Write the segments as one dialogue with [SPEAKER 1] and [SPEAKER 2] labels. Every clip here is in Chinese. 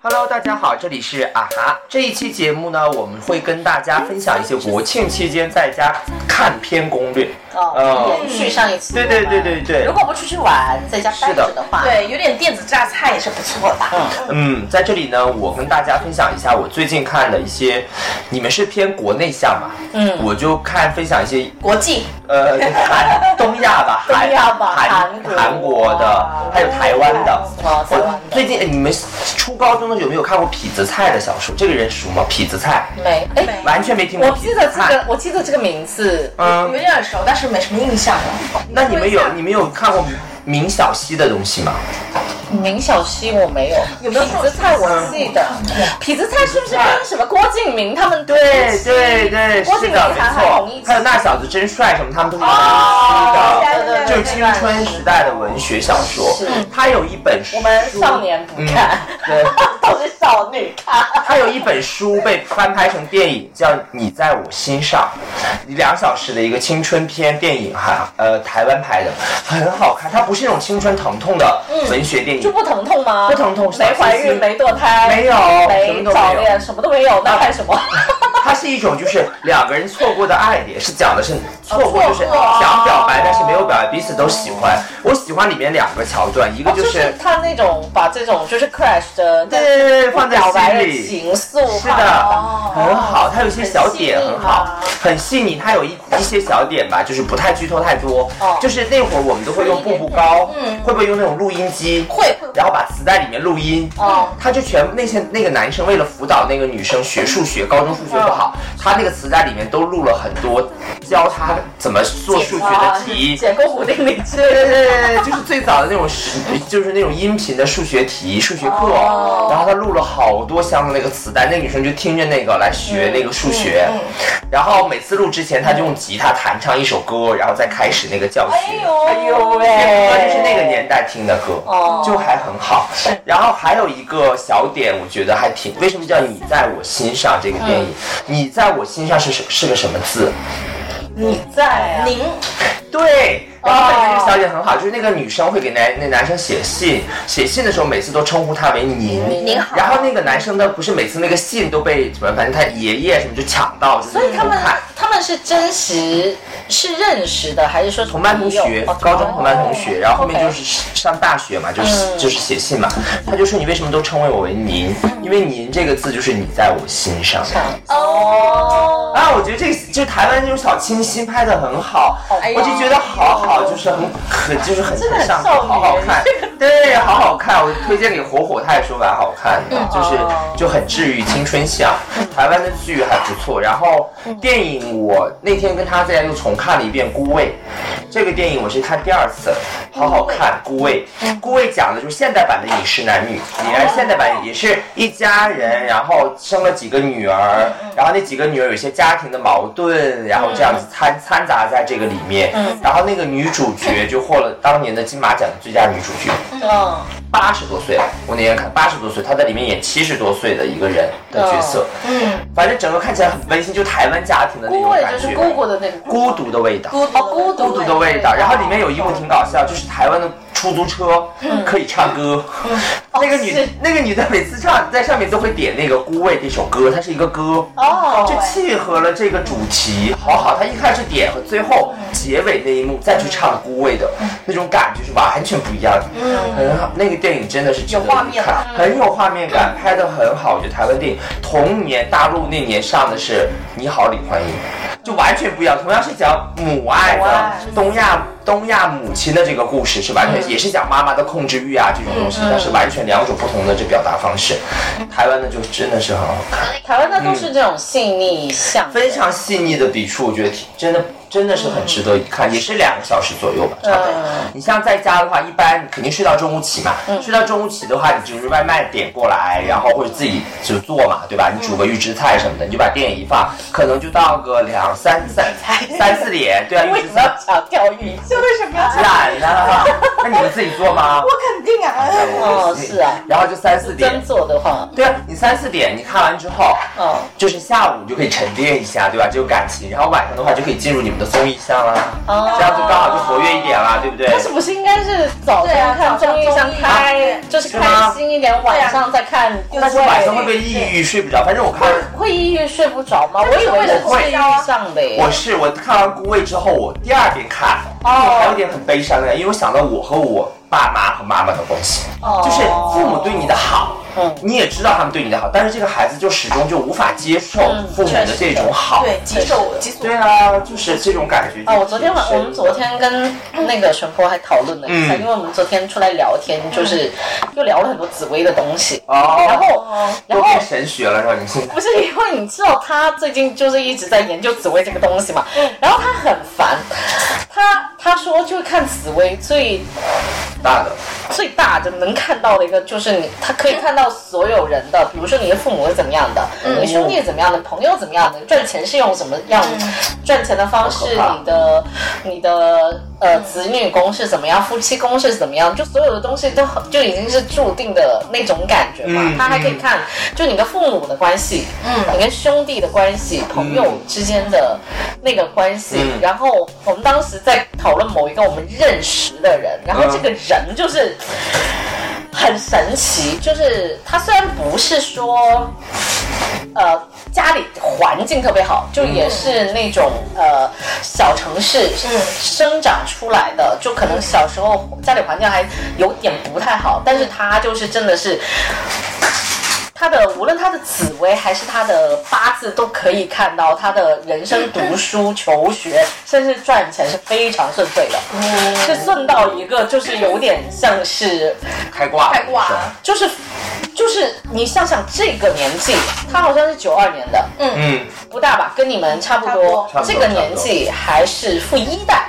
[SPEAKER 1] Hello，大家好，这里是啊哈。这一期节目呢，我们会跟大家分享一些国庆期间在家看片攻略。
[SPEAKER 2] 哦，延续上一次。
[SPEAKER 1] 对对对对对
[SPEAKER 2] 如果不出去玩，在家待着的话，
[SPEAKER 3] 对，有点电子榨菜也是不错的。
[SPEAKER 1] 嗯，在这里呢，我跟大家分享一下我最近看的一些，你们是偏国内向嘛？嗯，我就看分享一些
[SPEAKER 3] 国际
[SPEAKER 1] 呃韩 东亚吧，韩
[SPEAKER 2] 东亚吧
[SPEAKER 1] 韩
[SPEAKER 2] 韩国
[SPEAKER 1] 韩国的，还有台湾的。
[SPEAKER 2] 哦台湾
[SPEAKER 1] 我
[SPEAKER 2] 的
[SPEAKER 1] 最近哎你们初高中的时候有没有看过痞子蔡的小说？这个人熟吗？痞子蔡
[SPEAKER 2] 没哎，
[SPEAKER 1] 完全没听过。
[SPEAKER 2] 我记得这个，，我记得这个名字。
[SPEAKER 1] 嗯
[SPEAKER 3] 有，点耳熟，但是没什么印象了。
[SPEAKER 1] 那你们有你们有看过明晓溪的东西吗？
[SPEAKER 2] 明晓溪我没有，有
[SPEAKER 3] 没有
[SPEAKER 2] 痞子嗯蔡我记得，痞子蔡是不是跟什么郭敬明他们
[SPEAKER 1] 对对对，
[SPEAKER 2] 郭
[SPEAKER 1] 是
[SPEAKER 2] 敬明
[SPEAKER 1] 的，没
[SPEAKER 2] 还很红一
[SPEAKER 1] 错。还有那小子真帅什么，他们都是同期的。
[SPEAKER 3] 对对对
[SPEAKER 1] 就是青春时代的文学小说，它有一本书，嗯
[SPEAKER 2] 我们少年不看，
[SPEAKER 1] 对，
[SPEAKER 2] 都是少女看。
[SPEAKER 1] 它有一本书被翻拍成电影，叫《你在我心上》，两小时的一个青春片电影哈，呃，台湾拍的，很好看。它不是那种青春疼痛的文学电
[SPEAKER 2] 就
[SPEAKER 1] 影，
[SPEAKER 2] 不疼痛
[SPEAKER 1] 嗯
[SPEAKER 2] 吗？
[SPEAKER 1] 不疼痛
[SPEAKER 2] 没怀孕，没堕胎，
[SPEAKER 1] 没有什么
[SPEAKER 2] 没
[SPEAKER 1] 都没有
[SPEAKER 2] 早恋，什么都没有，那看什么？
[SPEAKER 1] 它是一种就是两个人错过的爱恋，是讲的是错过就是
[SPEAKER 2] 哦错过
[SPEAKER 1] 想表白，但是没有表白，彼此都喜欢。我喜欢里面两个桥段，一个就
[SPEAKER 2] 就是是他那种把这种哦就是 crash 的
[SPEAKER 1] 对对对对，放在
[SPEAKER 2] 表白
[SPEAKER 1] 心
[SPEAKER 2] 的
[SPEAKER 1] 里。
[SPEAKER 2] 情愫，
[SPEAKER 1] 是的，
[SPEAKER 2] 哦
[SPEAKER 1] 很好，它有一些小点很好，很细腻。它有一一些小点吧，就是不太剧透太多。
[SPEAKER 2] 哦嗯
[SPEAKER 1] 就是那会儿我们都会用步步高，会不会用那种录音机？
[SPEAKER 3] 会会
[SPEAKER 1] 然后把磁带里面录音。
[SPEAKER 2] 哦
[SPEAKER 1] 他就全部那些那个男生为了辅导那个女生学数学，高中数学不
[SPEAKER 2] 哦
[SPEAKER 1] 好，他那个磁带里面都录了很多教他怎么做数学的题。
[SPEAKER 2] 解构胡定理
[SPEAKER 1] 对
[SPEAKER 2] 之
[SPEAKER 1] 对对对对，就是最早的那种时， 就是那种音频的数学题、数学课，
[SPEAKER 2] 哦
[SPEAKER 1] 然后他录了好多箱的那个磁带，那个女生就听着那个来学那个数学，
[SPEAKER 2] 嗯
[SPEAKER 1] 然后每次录之前，他就用吉他弹唱一首歌，然后再开始那个教学。
[SPEAKER 2] 哎呦
[SPEAKER 1] 那
[SPEAKER 2] 喂
[SPEAKER 1] 歌哦就是那个年代听的歌，
[SPEAKER 2] 哦
[SPEAKER 1] 就还很好。然后还有一个小点，我觉得还挺，为什么叫《你在我心上》这个电
[SPEAKER 2] 嗯
[SPEAKER 1] 影？你在我心上是什是个什么字？
[SPEAKER 2] 你在啊
[SPEAKER 3] 您
[SPEAKER 1] 对，然后那个小姐很好，就是那个女生会给男那男生写信，写信的时候每次都称呼他为您，
[SPEAKER 3] 您好
[SPEAKER 1] 然后那个男生呢，不是每次那个信都被什么，反正他爷爷什么就抢到，就是
[SPEAKER 2] 所以他
[SPEAKER 1] 不
[SPEAKER 2] 们
[SPEAKER 1] 看
[SPEAKER 2] 他们是真实是认识的，还是说
[SPEAKER 1] 同哦班同学，
[SPEAKER 2] 哦
[SPEAKER 1] 哦高中同班同学，然后后面就是上大学嘛，就是就是写信嘛，他就说你为什么都称谓我为您？因为您这个字就是你在我心上。
[SPEAKER 3] 哦，
[SPEAKER 1] 啊，我觉得这个就台湾那种小清新拍的很好，
[SPEAKER 2] 哎呦
[SPEAKER 1] 我就觉得好好，就是很可，就是很
[SPEAKER 2] 真的很
[SPEAKER 1] 上头，
[SPEAKER 2] 少女
[SPEAKER 1] 好好看，对，好好看。我推荐给火火，他也说蛮好看的，就是
[SPEAKER 2] 哦嗯
[SPEAKER 1] 就很治愈青春向。台湾的剧还不错，然后电影我那天跟他在家又重看了一遍《孤味》，这个电影我是看第二次，好好看，《孤味》。
[SPEAKER 2] 嗯
[SPEAKER 1] 《孤味》讲的就是现代版的《饮食男女》，也是现代版也是一家人，然后生了几个女
[SPEAKER 2] 嗯
[SPEAKER 1] 儿，然后那几个女儿有一些家庭的矛盾，然后这样子
[SPEAKER 2] 嗯
[SPEAKER 1] 掺掺杂在这个里面，然后那个女主角就获了当年的金马奖的最佳女主角。
[SPEAKER 2] 嗯，
[SPEAKER 1] 八十多岁了，我那天看八十多岁，她在里面演七十多岁的一个人的角色，嗯，反正整个看起来很温馨，就台湾家庭的那
[SPEAKER 2] 孤
[SPEAKER 1] 种
[SPEAKER 2] 味
[SPEAKER 1] 感
[SPEAKER 2] 就
[SPEAKER 1] 觉，
[SPEAKER 2] 是姑姑的那个
[SPEAKER 1] 孤独的味道，
[SPEAKER 3] 孤
[SPEAKER 2] 哦孤独
[SPEAKER 1] 孤独的味道。然后里面有一幕挺搞笑，就是台湾的出租车可以唱歌，那个女
[SPEAKER 2] 嗯哦是
[SPEAKER 1] 那个女的每次唱在上面都会点那个《孤味》这首歌，它是一个歌，
[SPEAKER 2] 哦
[SPEAKER 1] 就契合了这个主题，好好。她一开始点和最后
[SPEAKER 3] 嗯
[SPEAKER 1] 结尾那一幕再去唱《孤味》的那种感觉是完全不一样的，很好。那个电影真的是值得
[SPEAKER 3] 嗯有画
[SPEAKER 1] 一
[SPEAKER 3] 面
[SPEAKER 1] 看
[SPEAKER 3] 感
[SPEAKER 1] 很有画面感，拍的很好。我觉得台湾电影同年大陆那年上的是《你好，李焕英》，就完全不一样。同样是讲母爱
[SPEAKER 2] 母爱
[SPEAKER 1] 的东亚东亚母亲的这个故事，是完
[SPEAKER 3] 嗯
[SPEAKER 1] 全、也是讲妈妈的控制欲啊这种东西，但是完全两种不同的这表达方式。台湾的就真的是很好看，
[SPEAKER 2] 台湾的都是这种细腻像
[SPEAKER 1] 嗯非常细腻的笔触，我觉得挺真的。真的是很值得一看，也是两个小时左右吧，差不多。
[SPEAKER 2] 嗯
[SPEAKER 1] 你像在家的话，一般肯定睡到中午起嘛，睡到中午起的话，你就是外卖点过来，然后或者自己就做嘛，对吧？你煮个
[SPEAKER 2] 嗯
[SPEAKER 1] 预制菜什么的，你就把电一放，可能就到个两三三三四点， 对啊，预
[SPEAKER 2] 为
[SPEAKER 1] 制
[SPEAKER 2] 什么要
[SPEAKER 1] 菜
[SPEAKER 2] 强调预制？
[SPEAKER 3] 这为什么要这样？
[SPEAKER 1] 懒 啊，那你们自己做吗？
[SPEAKER 3] 我肯定啊，
[SPEAKER 1] 哦
[SPEAKER 2] 是啊
[SPEAKER 1] 然后就三四点
[SPEAKER 2] 真，做的话，
[SPEAKER 1] 对啊，你三四点你看完之后，
[SPEAKER 2] 嗯，
[SPEAKER 1] 就是下午就可以沉淀一下，对吧？这个感情，然后晚上的话就可以进入你们的综艺项啦，
[SPEAKER 2] 哦
[SPEAKER 1] 这样就刚好就活跃一点啦，嘛，对不对？
[SPEAKER 2] 但是不是应该是早
[SPEAKER 3] 对
[SPEAKER 2] 上
[SPEAKER 3] 啊
[SPEAKER 2] 看
[SPEAKER 3] 早上
[SPEAKER 2] 综艺，想
[SPEAKER 3] 综艺
[SPEAKER 2] 开
[SPEAKER 3] 啊
[SPEAKER 2] 就是
[SPEAKER 1] 是吗
[SPEAKER 2] 开心一点，晚上再看顾
[SPEAKER 1] 但是晚上会被
[SPEAKER 2] 魏。
[SPEAKER 1] 抑郁睡不着，反正我看。
[SPEAKER 2] 会抑郁睡不着吗？我以为是
[SPEAKER 1] 我会
[SPEAKER 2] 抑郁上的耶
[SPEAKER 1] 我。是我看完《孤味》之后，我第二遍看，
[SPEAKER 2] 哦
[SPEAKER 1] 我还有点很悲伤的，因为我想到我和我爸妈和妈妈的关系，
[SPEAKER 3] 哦
[SPEAKER 1] 就是父母对你的好，
[SPEAKER 2] 嗯
[SPEAKER 1] 你也知道他们对你的好，但是这个孩子就始终就无法接受父母的这种好，
[SPEAKER 3] 对，棘手棘手
[SPEAKER 1] 嗯对。哦啊，就是这种感觉。
[SPEAKER 2] 啊，我昨天晚
[SPEAKER 1] 挺
[SPEAKER 2] 我
[SPEAKER 1] 深
[SPEAKER 2] 们昨天跟那个玄波还讨论了一下，
[SPEAKER 1] 嗯
[SPEAKER 2] 因为我们昨天出来聊天，就是又聊了很多紫薇的东西，
[SPEAKER 1] 哦，
[SPEAKER 2] 然后然
[SPEAKER 1] 都
[SPEAKER 2] 后
[SPEAKER 1] 变神学了，让你现在
[SPEAKER 2] 不是因为你知道他最近就是一直在研究紫薇这个东西嘛，然后他很烦，他他说就是看紫薇最
[SPEAKER 1] 大的，
[SPEAKER 2] 最大的能看到的一个就是你，他可以看到所有人的，比如说你的父母是怎么样的，你的兄弟怎么样的，朋友怎么样的，赚钱是用什么样赚钱的方式，
[SPEAKER 1] 好可怕
[SPEAKER 2] 你的你的呃子女宫是怎么样，夫妻宫是怎么样，就所有的东西都很就已经是注定的那种感觉嘛
[SPEAKER 1] 嗯。
[SPEAKER 2] 他还可以看就你跟父母的关系，你跟兄弟的关系，朋友之间的那个关系
[SPEAKER 1] 嗯，
[SPEAKER 2] 然后我们当时在讨论某一个我们认识的人，然后这个人就是很神奇，就是他虽然不是说，呃，家里环境特别好，就也是那种呃小城市生长出来的，就可能小时候家里环境还有点不太好，但是他就是真的是。他的无论他的紫薇还是他的八字都可以看到，他的人生读书、求学，甚至赚钱是非常顺遂的，是顺到一个就是有点像是，
[SPEAKER 1] 开挂了，
[SPEAKER 3] 太挂了
[SPEAKER 2] 就是就是你想想这个年纪，他好像是九二年的，
[SPEAKER 1] 嗯，
[SPEAKER 2] 不大吧，跟你们差不多，
[SPEAKER 1] 差不多
[SPEAKER 2] 这个年纪还是富一代。啊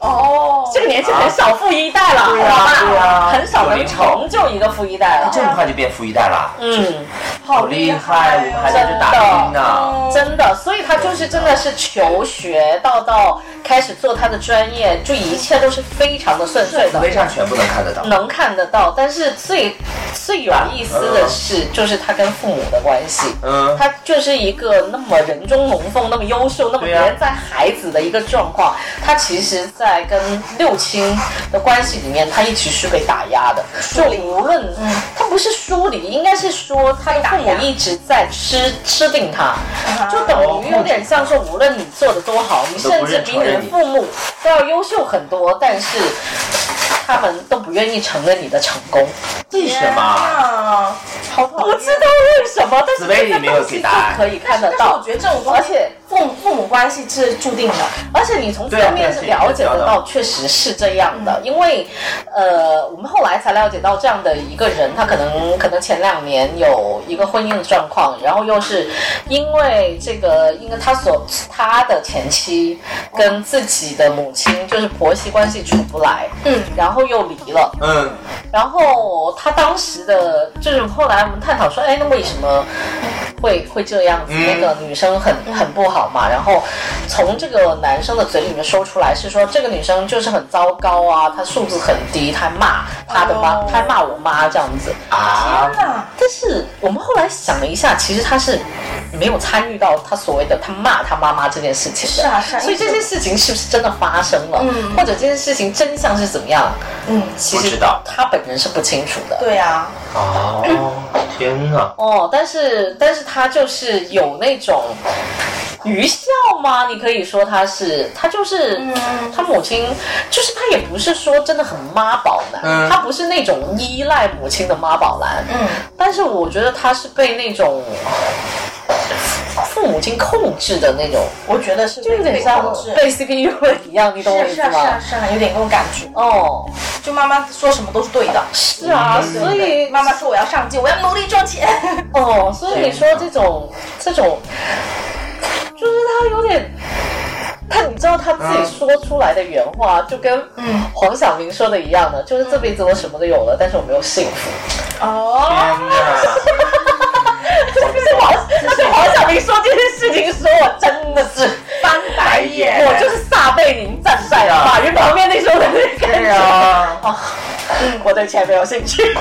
[SPEAKER 3] 哦，
[SPEAKER 2] 这个年纪很少富一代了，
[SPEAKER 1] 对啊
[SPEAKER 2] 好吧
[SPEAKER 1] 对啊
[SPEAKER 2] 很少能
[SPEAKER 1] 90后
[SPEAKER 2] 成就一个富一代了。
[SPEAKER 1] 这么快就变富一代了，
[SPEAKER 2] 嗯，
[SPEAKER 1] 好厉害，我们还
[SPEAKER 3] 哦
[SPEAKER 1] 在这打拼呢。
[SPEAKER 2] 真的，所以他就是真的是求学到到开始做他的专业，就一切都是非常的顺遂
[SPEAKER 1] 紫
[SPEAKER 2] 的，
[SPEAKER 1] 薇上全部能看得到，
[SPEAKER 2] 能看得到。但
[SPEAKER 1] 嗯
[SPEAKER 2] 是最最有意思的是，就是他跟父母的关系。
[SPEAKER 1] 嗯，
[SPEAKER 2] 他就是一个那么人中龙凤、那么优秀、那么
[SPEAKER 1] 对啊
[SPEAKER 2] 黏在孩子的一个状况，他其实，在跟六亲的关系里面，他一直是被打压的。就无论、
[SPEAKER 1] 嗯
[SPEAKER 2] 他不是疏离，应该是说他的父母一直在吃吃定他，
[SPEAKER 1] 啊
[SPEAKER 2] 就等于有点像说，无论你做的多好，你
[SPEAKER 1] 都不
[SPEAKER 2] 甚至
[SPEAKER 1] 认
[SPEAKER 2] 比
[SPEAKER 1] 承
[SPEAKER 2] 你的
[SPEAKER 1] 认你
[SPEAKER 2] 父母都要优秀很多，但是他们都不愿意承认你的成功。
[SPEAKER 1] 为什么？
[SPEAKER 3] 啊，好讨
[SPEAKER 2] 不
[SPEAKER 3] 厌。
[SPEAKER 2] 知道为什么，但是
[SPEAKER 1] 哦紫薇里
[SPEAKER 2] 这个
[SPEAKER 1] 没有
[SPEAKER 2] 东西
[SPEAKER 1] 给答案
[SPEAKER 2] 就可以看得
[SPEAKER 3] 但是
[SPEAKER 2] 到
[SPEAKER 3] 我。觉得这种东
[SPEAKER 2] 而
[SPEAKER 3] 西，
[SPEAKER 2] 且
[SPEAKER 3] 父母父母关系是注定的。
[SPEAKER 2] 而且你从侧面是了解得到，确实是这样的，因为呃，我们后来才了解到这样的一个人，他可能可能前两年有一个婚姻的状况，然后又是因为这个，因为他所他的前妻跟自己的母亲就是婆媳关系处不来，
[SPEAKER 3] 嗯，
[SPEAKER 2] 然后又离了。
[SPEAKER 1] 嗯，
[SPEAKER 2] 然后他当时的，就是后来我们探讨说，哎，那为什么会会这样子？
[SPEAKER 1] 嗯
[SPEAKER 2] 那个女生很很不好嘛。然后从这个男生的嘴里面说出来是说，这个女生就是很糟糕啊，她素质很低，她还骂她的妈
[SPEAKER 3] 哦，
[SPEAKER 2] 她还骂我妈这样子。
[SPEAKER 1] 啊，
[SPEAKER 3] 那
[SPEAKER 2] 但是我们后来想了一下，其实他是没有参与到他所谓的他骂他妈妈这件事情的，
[SPEAKER 3] 是啊是啊
[SPEAKER 2] 所以这件事情是不是真的发生了，
[SPEAKER 3] 嗯
[SPEAKER 2] 或者这件事情真相是怎么样？
[SPEAKER 3] 嗯，
[SPEAKER 2] 其
[SPEAKER 1] 不
[SPEAKER 2] 实
[SPEAKER 1] 知道
[SPEAKER 2] 他本人是不清楚的。
[SPEAKER 3] 对啊呀，
[SPEAKER 1] 哦，天哪！
[SPEAKER 2] 哦，但是但是他就是有那种愚孝吗？你可以说他是，他就是、
[SPEAKER 3] 嗯
[SPEAKER 2] 他母亲，就是他也不是说真的很妈宝男，
[SPEAKER 1] 嗯
[SPEAKER 2] 他不是那种依赖母亲的妈宝男，
[SPEAKER 3] 嗯，
[SPEAKER 2] 但是我觉得他是被那种。父母亲控制的那种，
[SPEAKER 3] 我觉得是
[SPEAKER 2] 就有点像
[SPEAKER 3] 是
[SPEAKER 2] 被 CPU 了一样，你懂我
[SPEAKER 3] 啊
[SPEAKER 2] 意
[SPEAKER 3] 是
[SPEAKER 2] 思
[SPEAKER 3] 啊是
[SPEAKER 2] 吗
[SPEAKER 3] 啊？是啊，有点那种感觉。
[SPEAKER 2] 哦，
[SPEAKER 3] 就妈妈说什么都是对的，
[SPEAKER 2] 是啊，
[SPEAKER 1] 嗯
[SPEAKER 2] 所以
[SPEAKER 3] 妈妈说我要上进，我要努力赚钱。
[SPEAKER 2] 哦，所以你说这种这种，就是他有点，他你知道他自己说出来的原话，就跟
[SPEAKER 3] 嗯
[SPEAKER 2] 黄晓明说的一样的，就是这辈子我什么都有了，但是我没有幸福。
[SPEAKER 1] 天
[SPEAKER 3] 哦，
[SPEAKER 1] 哪！
[SPEAKER 2] 这是黄，那是黄晓明说这件事情，说我真的是
[SPEAKER 3] 翻白眼，
[SPEAKER 2] 我就是撒贝宁站在
[SPEAKER 1] 是啊
[SPEAKER 2] 马云旁边那时候的那个感
[SPEAKER 1] 对啊
[SPEAKER 2] 觉。
[SPEAKER 1] 呀，
[SPEAKER 2] 哦，嗯，我对钱没有兴趣。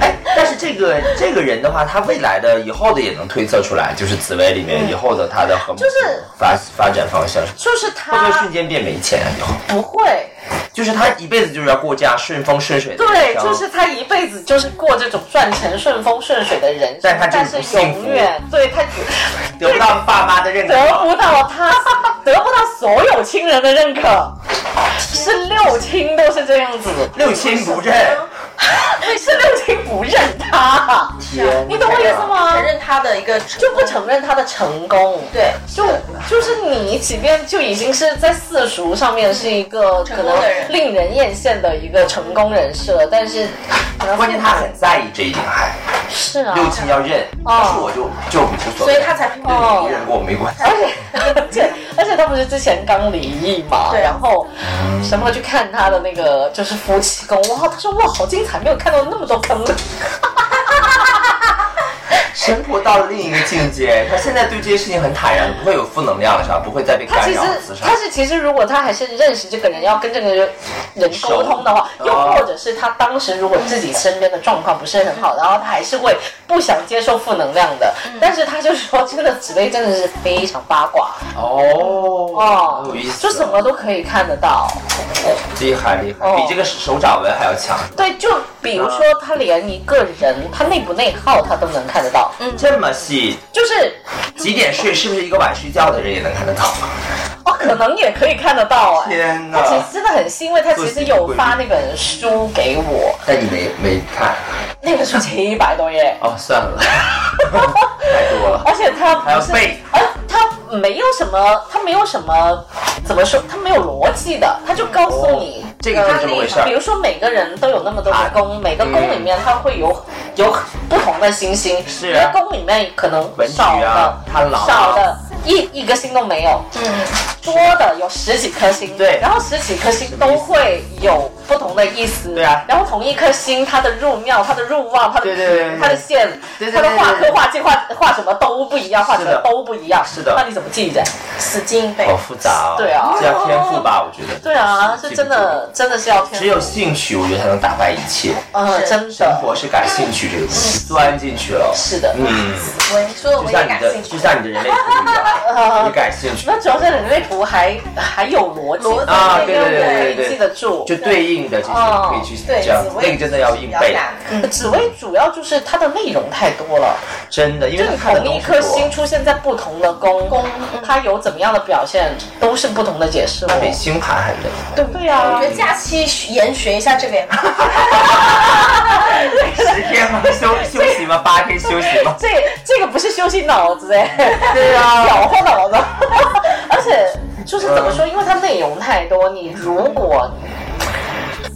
[SPEAKER 1] 哎，但是这个这个人的话，他未来的以后的也能推测出来，就是紫薇里面以后的他的和
[SPEAKER 2] 就是
[SPEAKER 1] 发发展方向，
[SPEAKER 2] 就是
[SPEAKER 1] 会不会
[SPEAKER 2] 他
[SPEAKER 1] 瞬间变没钱啊？以后
[SPEAKER 2] 不会，
[SPEAKER 1] 就是他一辈子就是要过这样顺风顺水的人
[SPEAKER 2] 对，
[SPEAKER 1] 生，
[SPEAKER 2] 就是他一辈子就是过这种赚钱顺风顺水的人生，
[SPEAKER 1] 但他就是不
[SPEAKER 2] 是
[SPEAKER 1] 幸福
[SPEAKER 2] 永远对他
[SPEAKER 1] 得不到爸妈的认可。
[SPEAKER 2] 得不到他得不到所有亲人的认可，是六亲都是这样子，
[SPEAKER 1] 六亲不认，
[SPEAKER 2] 是六亲不认他，
[SPEAKER 1] 天，
[SPEAKER 2] 啊你懂我意思？吗？
[SPEAKER 3] 承认他的一个成
[SPEAKER 2] 就不承认他的成功，
[SPEAKER 3] 对，
[SPEAKER 2] 就就是你，即便就已经是在世俗上面是一个可
[SPEAKER 3] 成
[SPEAKER 2] 能
[SPEAKER 3] 功的人
[SPEAKER 2] 令人艳羡的一个成功人士了，但是可能
[SPEAKER 1] 关键他很在意这一点，还
[SPEAKER 2] 是啊，
[SPEAKER 1] 六亲要认，
[SPEAKER 2] 哦
[SPEAKER 1] 但是我就就无所
[SPEAKER 3] 所
[SPEAKER 1] 谓，
[SPEAKER 3] 以他才拼
[SPEAKER 2] 哦
[SPEAKER 1] 不认跟我没关系。
[SPEAKER 2] 而且而且而且他不是之前刚离异嘛，
[SPEAKER 3] 对
[SPEAKER 2] 然后什么去看他的那个就是夫妻宫，哇，他说哇好精彩，没有看到那么多 坑，
[SPEAKER 1] 生活到了另一个境界，他现在对这些事情很坦然，不会有负能量了，是吧？不会再被
[SPEAKER 2] 他
[SPEAKER 1] 干
[SPEAKER 2] 其实
[SPEAKER 1] 扰自杀
[SPEAKER 2] 他。是其实如果他还是认识这个人，要跟这个人沟通的话，
[SPEAKER 1] 熟
[SPEAKER 2] 又或者是他当时如果自己身边的状况不是很好，然后他还是会不想接受负能量的，但是他就说真的紫薇真的是非常八卦
[SPEAKER 1] 哦
[SPEAKER 2] 哦
[SPEAKER 1] 有意，思，
[SPEAKER 2] 就什么都可以看得到。
[SPEAKER 1] 厉害厉害，
[SPEAKER 2] 哦
[SPEAKER 1] 比这个手掌纹还要强。
[SPEAKER 2] 对，就比如说
[SPEAKER 1] 啊
[SPEAKER 2] 他连一个人他内不内耗他都能看得到，
[SPEAKER 1] 这么细，
[SPEAKER 2] 就是
[SPEAKER 1] 几点睡？是不是一个晚睡觉的人也能看得到？
[SPEAKER 2] 哦，可能也可以看得到哎、
[SPEAKER 1] 天
[SPEAKER 2] 他
[SPEAKER 1] 哪
[SPEAKER 2] 其实真的很细，因为他其实有发那本书给我，
[SPEAKER 1] 但你没没看
[SPEAKER 2] 那本书七百多页，
[SPEAKER 1] 哦，算 了，太多了。
[SPEAKER 2] 而且他
[SPEAKER 1] 啊还要
[SPEAKER 2] 不是
[SPEAKER 1] 背，
[SPEAKER 2] 而他没有什么，他没有什么，怎么说？他没有逻辑的，他就告诉你。
[SPEAKER 1] 哦这个就是嗯这么回事儿
[SPEAKER 2] 比如说，每个人都有那么多的宫，每个宫里面它会有有不同的星星，
[SPEAKER 1] 是
[SPEAKER 2] 一个宫里面可能
[SPEAKER 1] 文曲
[SPEAKER 2] 少
[SPEAKER 1] 啊
[SPEAKER 2] 的，
[SPEAKER 1] 贪狼啊
[SPEAKER 2] 少的一一个星都没有，
[SPEAKER 3] 嗯，
[SPEAKER 2] 多的有十几颗星，
[SPEAKER 1] 对
[SPEAKER 2] 然后十几颗星都会有不同的意思，
[SPEAKER 1] 对啊
[SPEAKER 2] 然后同一颗星，它的入庙、它的入望、它的
[SPEAKER 1] 对对对对
[SPEAKER 2] 它的线、
[SPEAKER 1] 对对
[SPEAKER 2] 它
[SPEAKER 1] 对
[SPEAKER 2] 的画
[SPEAKER 1] 对对
[SPEAKER 2] 科、画技、画画什么都不一样，画什
[SPEAKER 1] 是
[SPEAKER 2] 么
[SPEAKER 1] 的
[SPEAKER 2] 都不一样，
[SPEAKER 1] 是的
[SPEAKER 2] 那你怎么记的？
[SPEAKER 3] 死记硬背
[SPEAKER 1] 好。复杂哦。
[SPEAKER 2] 对啊
[SPEAKER 1] 这要天赋吧，我觉得。
[SPEAKER 2] 对啊，是
[SPEAKER 1] 记不住
[SPEAKER 2] 真。的，真的是要天赋
[SPEAKER 1] 只有兴趣，我觉得才能打败一切。
[SPEAKER 2] 嗯，
[SPEAKER 3] 是
[SPEAKER 2] 真
[SPEAKER 1] 生
[SPEAKER 2] 的
[SPEAKER 1] 活是感兴趣这个东
[SPEAKER 2] 嗯
[SPEAKER 1] 西，钻进去了。
[SPEAKER 2] 是的，
[SPEAKER 1] 嗯，
[SPEAKER 3] 我你说的
[SPEAKER 1] 就
[SPEAKER 3] 我
[SPEAKER 1] 像
[SPEAKER 3] 也
[SPEAKER 1] 你
[SPEAKER 3] 感
[SPEAKER 1] 的
[SPEAKER 3] 兴，趣
[SPEAKER 1] 哦就。像你的人类图一 样，你感兴趣
[SPEAKER 2] 那主要是人类图还还有逻辑
[SPEAKER 3] 逻辑
[SPEAKER 1] 啊对对对
[SPEAKER 2] 让
[SPEAKER 1] 对
[SPEAKER 2] 你
[SPEAKER 1] 对
[SPEAKER 2] 记得住，
[SPEAKER 1] 就对应的这些
[SPEAKER 2] 哦
[SPEAKER 1] 可以去
[SPEAKER 3] 对，
[SPEAKER 1] 这样
[SPEAKER 3] 紫，薇
[SPEAKER 1] 那个真的要硬背，
[SPEAKER 3] 嗯，
[SPEAKER 2] 紫薇主要就是它的内容太多了，
[SPEAKER 1] 真的，因
[SPEAKER 2] 就
[SPEAKER 1] 为
[SPEAKER 2] 是
[SPEAKER 1] 它看
[SPEAKER 2] 可
[SPEAKER 1] 的
[SPEAKER 2] 能
[SPEAKER 1] 东
[SPEAKER 2] 一
[SPEAKER 1] 西
[SPEAKER 2] 颗
[SPEAKER 1] 多
[SPEAKER 2] 星。出现在不同的宫，
[SPEAKER 3] 宫
[SPEAKER 2] 它有怎么样的表现，都是不同的解释哦。
[SPEAKER 1] 那比星盘还累，
[SPEAKER 2] 对不对啊
[SPEAKER 3] 我觉？得假期研学一下这个也蛮好。
[SPEAKER 1] 十天吗？休休息吗？八天休息吗？
[SPEAKER 2] 这这个不是休息脑子哎，对啊， 搅和脑子。而且就是怎么说，因为它内容太多，你如果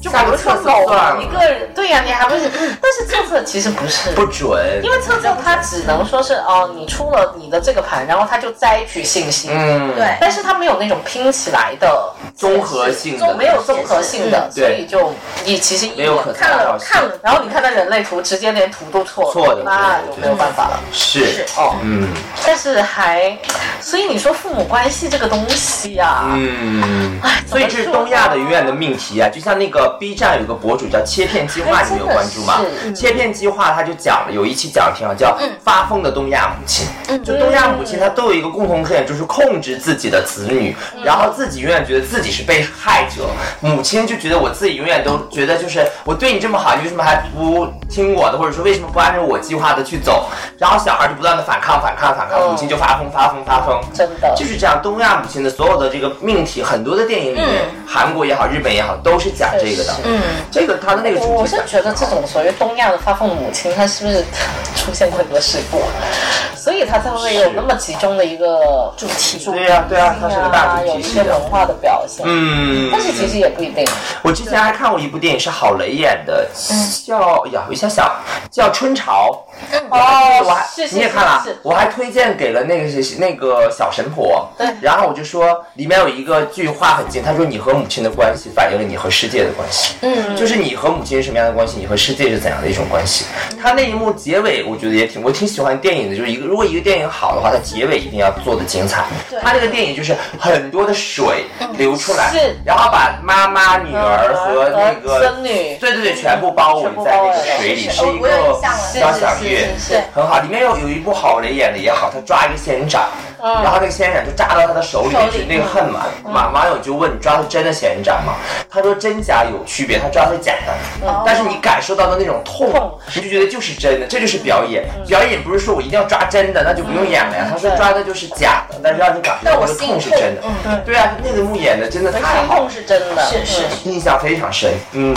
[SPEAKER 2] 就比
[SPEAKER 1] 上
[SPEAKER 2] 如
[SPEAKER 1] 个
[SPEAKER 2] 说
[SPEAKER 1] 厕所
[SPEAKER 2] 某
[SPEAKER 1] 算了
[SPEAKER 2] 一个人，对呀、你还不是，嗯但是测测其实不是。
[SPEAKER 1] 不准
[SPEAKER 2] 因。为测测它只能说是哦，你出了你的这个盘，然后它就摘取信息，
[SPEAKER 1] 嗯，
[SPEAKER 3] 对
[SPEAKER 2] 但是它没有那种拼起来的
[SPEAKER 1] 综合性的
[SPEAKER 2] 综没有综合性的，
[SPEAKER 1] 嗯
[SPEAKER 2] 所
[SPEAKER 1] 对
[SPEAKER 2] 以就你其实一眼
[SPEAKER 1] 没有可
[SPEAKER 2] 看了
[SPEAKER 1] 参考性
[SPEAKER 2] 看了，然后你看到人类图，直接连图都错了，
[SPEAKER 1] 错的
[SPEAKER 2] 那
[SPEAKER 1] 对
[SPEAKER 2] 就
[SPEAKER 1] 对
[SPEAKER 2] 没有办法了。
[SPEAKER 1] 是，
[SPEAKER 2] 哦，
[SPEAKER 1] 嗯
[SPEAKER 2] 但是还，所以你说父母关系这个东西啊，
[SPEAKER 1] 嗯。
[SPEAKER 2] 哎，
[SPEAKER 1] 所以这是东亚的永远的命题啊！就像那个 B 站有个博主叫切片计划，
[SPEAKER 2] 哎
[SPEAKER 1] 你们有关注吗
[SPEAKER 2] 真的是？嗯
[SPEAKER 1] 切片计划他就讲了，有一期讲的挺好，叫“发疯的东亚母亲”。就东亚母亲，她都有一个共同特点，就是控制自己的子女，
[SPEAKER 2] 嗯
[SPEAKER 1] 然后自己永远觉得自己是被害者，母亲就觉得我自己永远都觉得就是我对你这么好，你为什么还不听我的，或者说为什么不按照我计划的去走？然后小孩就不断的反抗、反抗、反抗，
[SPEAKER 2] 嗯
[SPEAKER 1] 母亲就发疯、发疯、发疯。
[SPEAKER 2] 真的
[SPEAKER 1] 就是这样，东亚母亲的所有的这个命题，很多的电影里面，韩国也好，日本也好，都是讲这个的。
[SPEAKER 2] 嗯。
[SPEAKER 1] 这个它的那个主题，
[SPEAKER 2] 我是觉得这种所谓东亚的发疯母亲，她是不是出现过很多事故，啊所以她才会有那么集中的一个主题，主
[SPEAKER 1] 对呀、对呀、它是个大主
[SPEAKER 2] 有
[SPEAKER 1] 题
[SPEAKER 2] 一
[SPEAKER 1] 式
[SPEAKER 2] 些
[SPEAKER 1] 的。
[SPEAKER 2] 文化的表现。
[SPEAKER 1] 嗯，
[SPEAKER 2] 但是其实也不一定，
[SPEAKER 1] 我之前还看过一部电影，是郝蕾演的，
[SPEAKER 2] 嗯
[SPEAKER 1] 叫呀，我一下想叫《春潮》。
[SPEAKER 2] 哦
[SPEAKER 1] 我还
[SPEAKER 2] 是是
[SPEAKER 1] 你也看了
[SPEAKER 2] 是是，
[SPEAKER 1] 我还推荐给了那个谁那个小神婆。
[SPEAKER 2] 对
[SPEAKER 1] 然后我就说里面有一个句话很近，他说你和母亲的关系反映了你和世界的关系。嗯，就是你和母亲是什么样的关系，你和世界是怎样的一种关系。
[SPEAKER 2] 嗯
[SPEAKER 1] 他那一幕结尾，我觉得也挺我挺喜欢电影的，就是一个如果一个电影好的话，它结尾一定要做的精彩。他这个电影就是很多的水流出来，
[SPEAKER 2] 是
[SPEAKER 1] 然后把妈妈、女儿和那个
[SPEAKER 2] 孙女
[SPEAKER 1] 对对对，全部包围在那个水里，
[SPEAKER 3] 是
[SPEAKER 1] 是一
[SPEAKER 3] 我
[SPEAKER 1] 个
[SPEAKER 3] 有印象了
[SPEAKER 1] 交响
[SPEAKER 2] 是
[SPEAKER 1] 乐，
[SPEAKER 2] 是是
[SPEAKER 3] 对
[SPEAKER 1] 很好。里面有有一部好人演的也好，他抓一个仙人掌，然后那个仙人掌就扎到他的手里面
[SPEAKER 3] 手
[SPEAKER 1] 去
[SPEAKER 3] 里，
[SPEAKER 1] 那个恨嘛。网网友就问你抓的是真的仙人掌吗？他说真假有区别，他抓的是假的，但是你感受到的那种痛
[SPEAKER 2] 痛，
[SPEAKER 1] 你就觉得就是真的，这就是表演。表演不是说我一定要抓真的，那就不用演了呀。他说
[SPEAKER 2] 对
[SPEAKER 1] 抓的就是假的，但是让你感觉
[SPEAKER 3] 但
[SPEAKER 1] 到
[SPEAKER 3] 我
[SPEAKER 1] 那个
[SPEAKER 3] 心
[SPEAKER 1] 痛是
[SPEAKER 3] 痛
[SPEAKER 1] 真的
[SPEAKER 3] 嗯。
[SPEAKER 1] 对啊，那个幕演的真的
[SPEAKER 2] 心
[SPEAKER 1] 太好了
[SPEAKER 2] 痛。哎是真的，
[SPEAKER 3] 是是
[SPEAKER 2] 嗯
[SPEAKER 1] 印象非常深，嗯，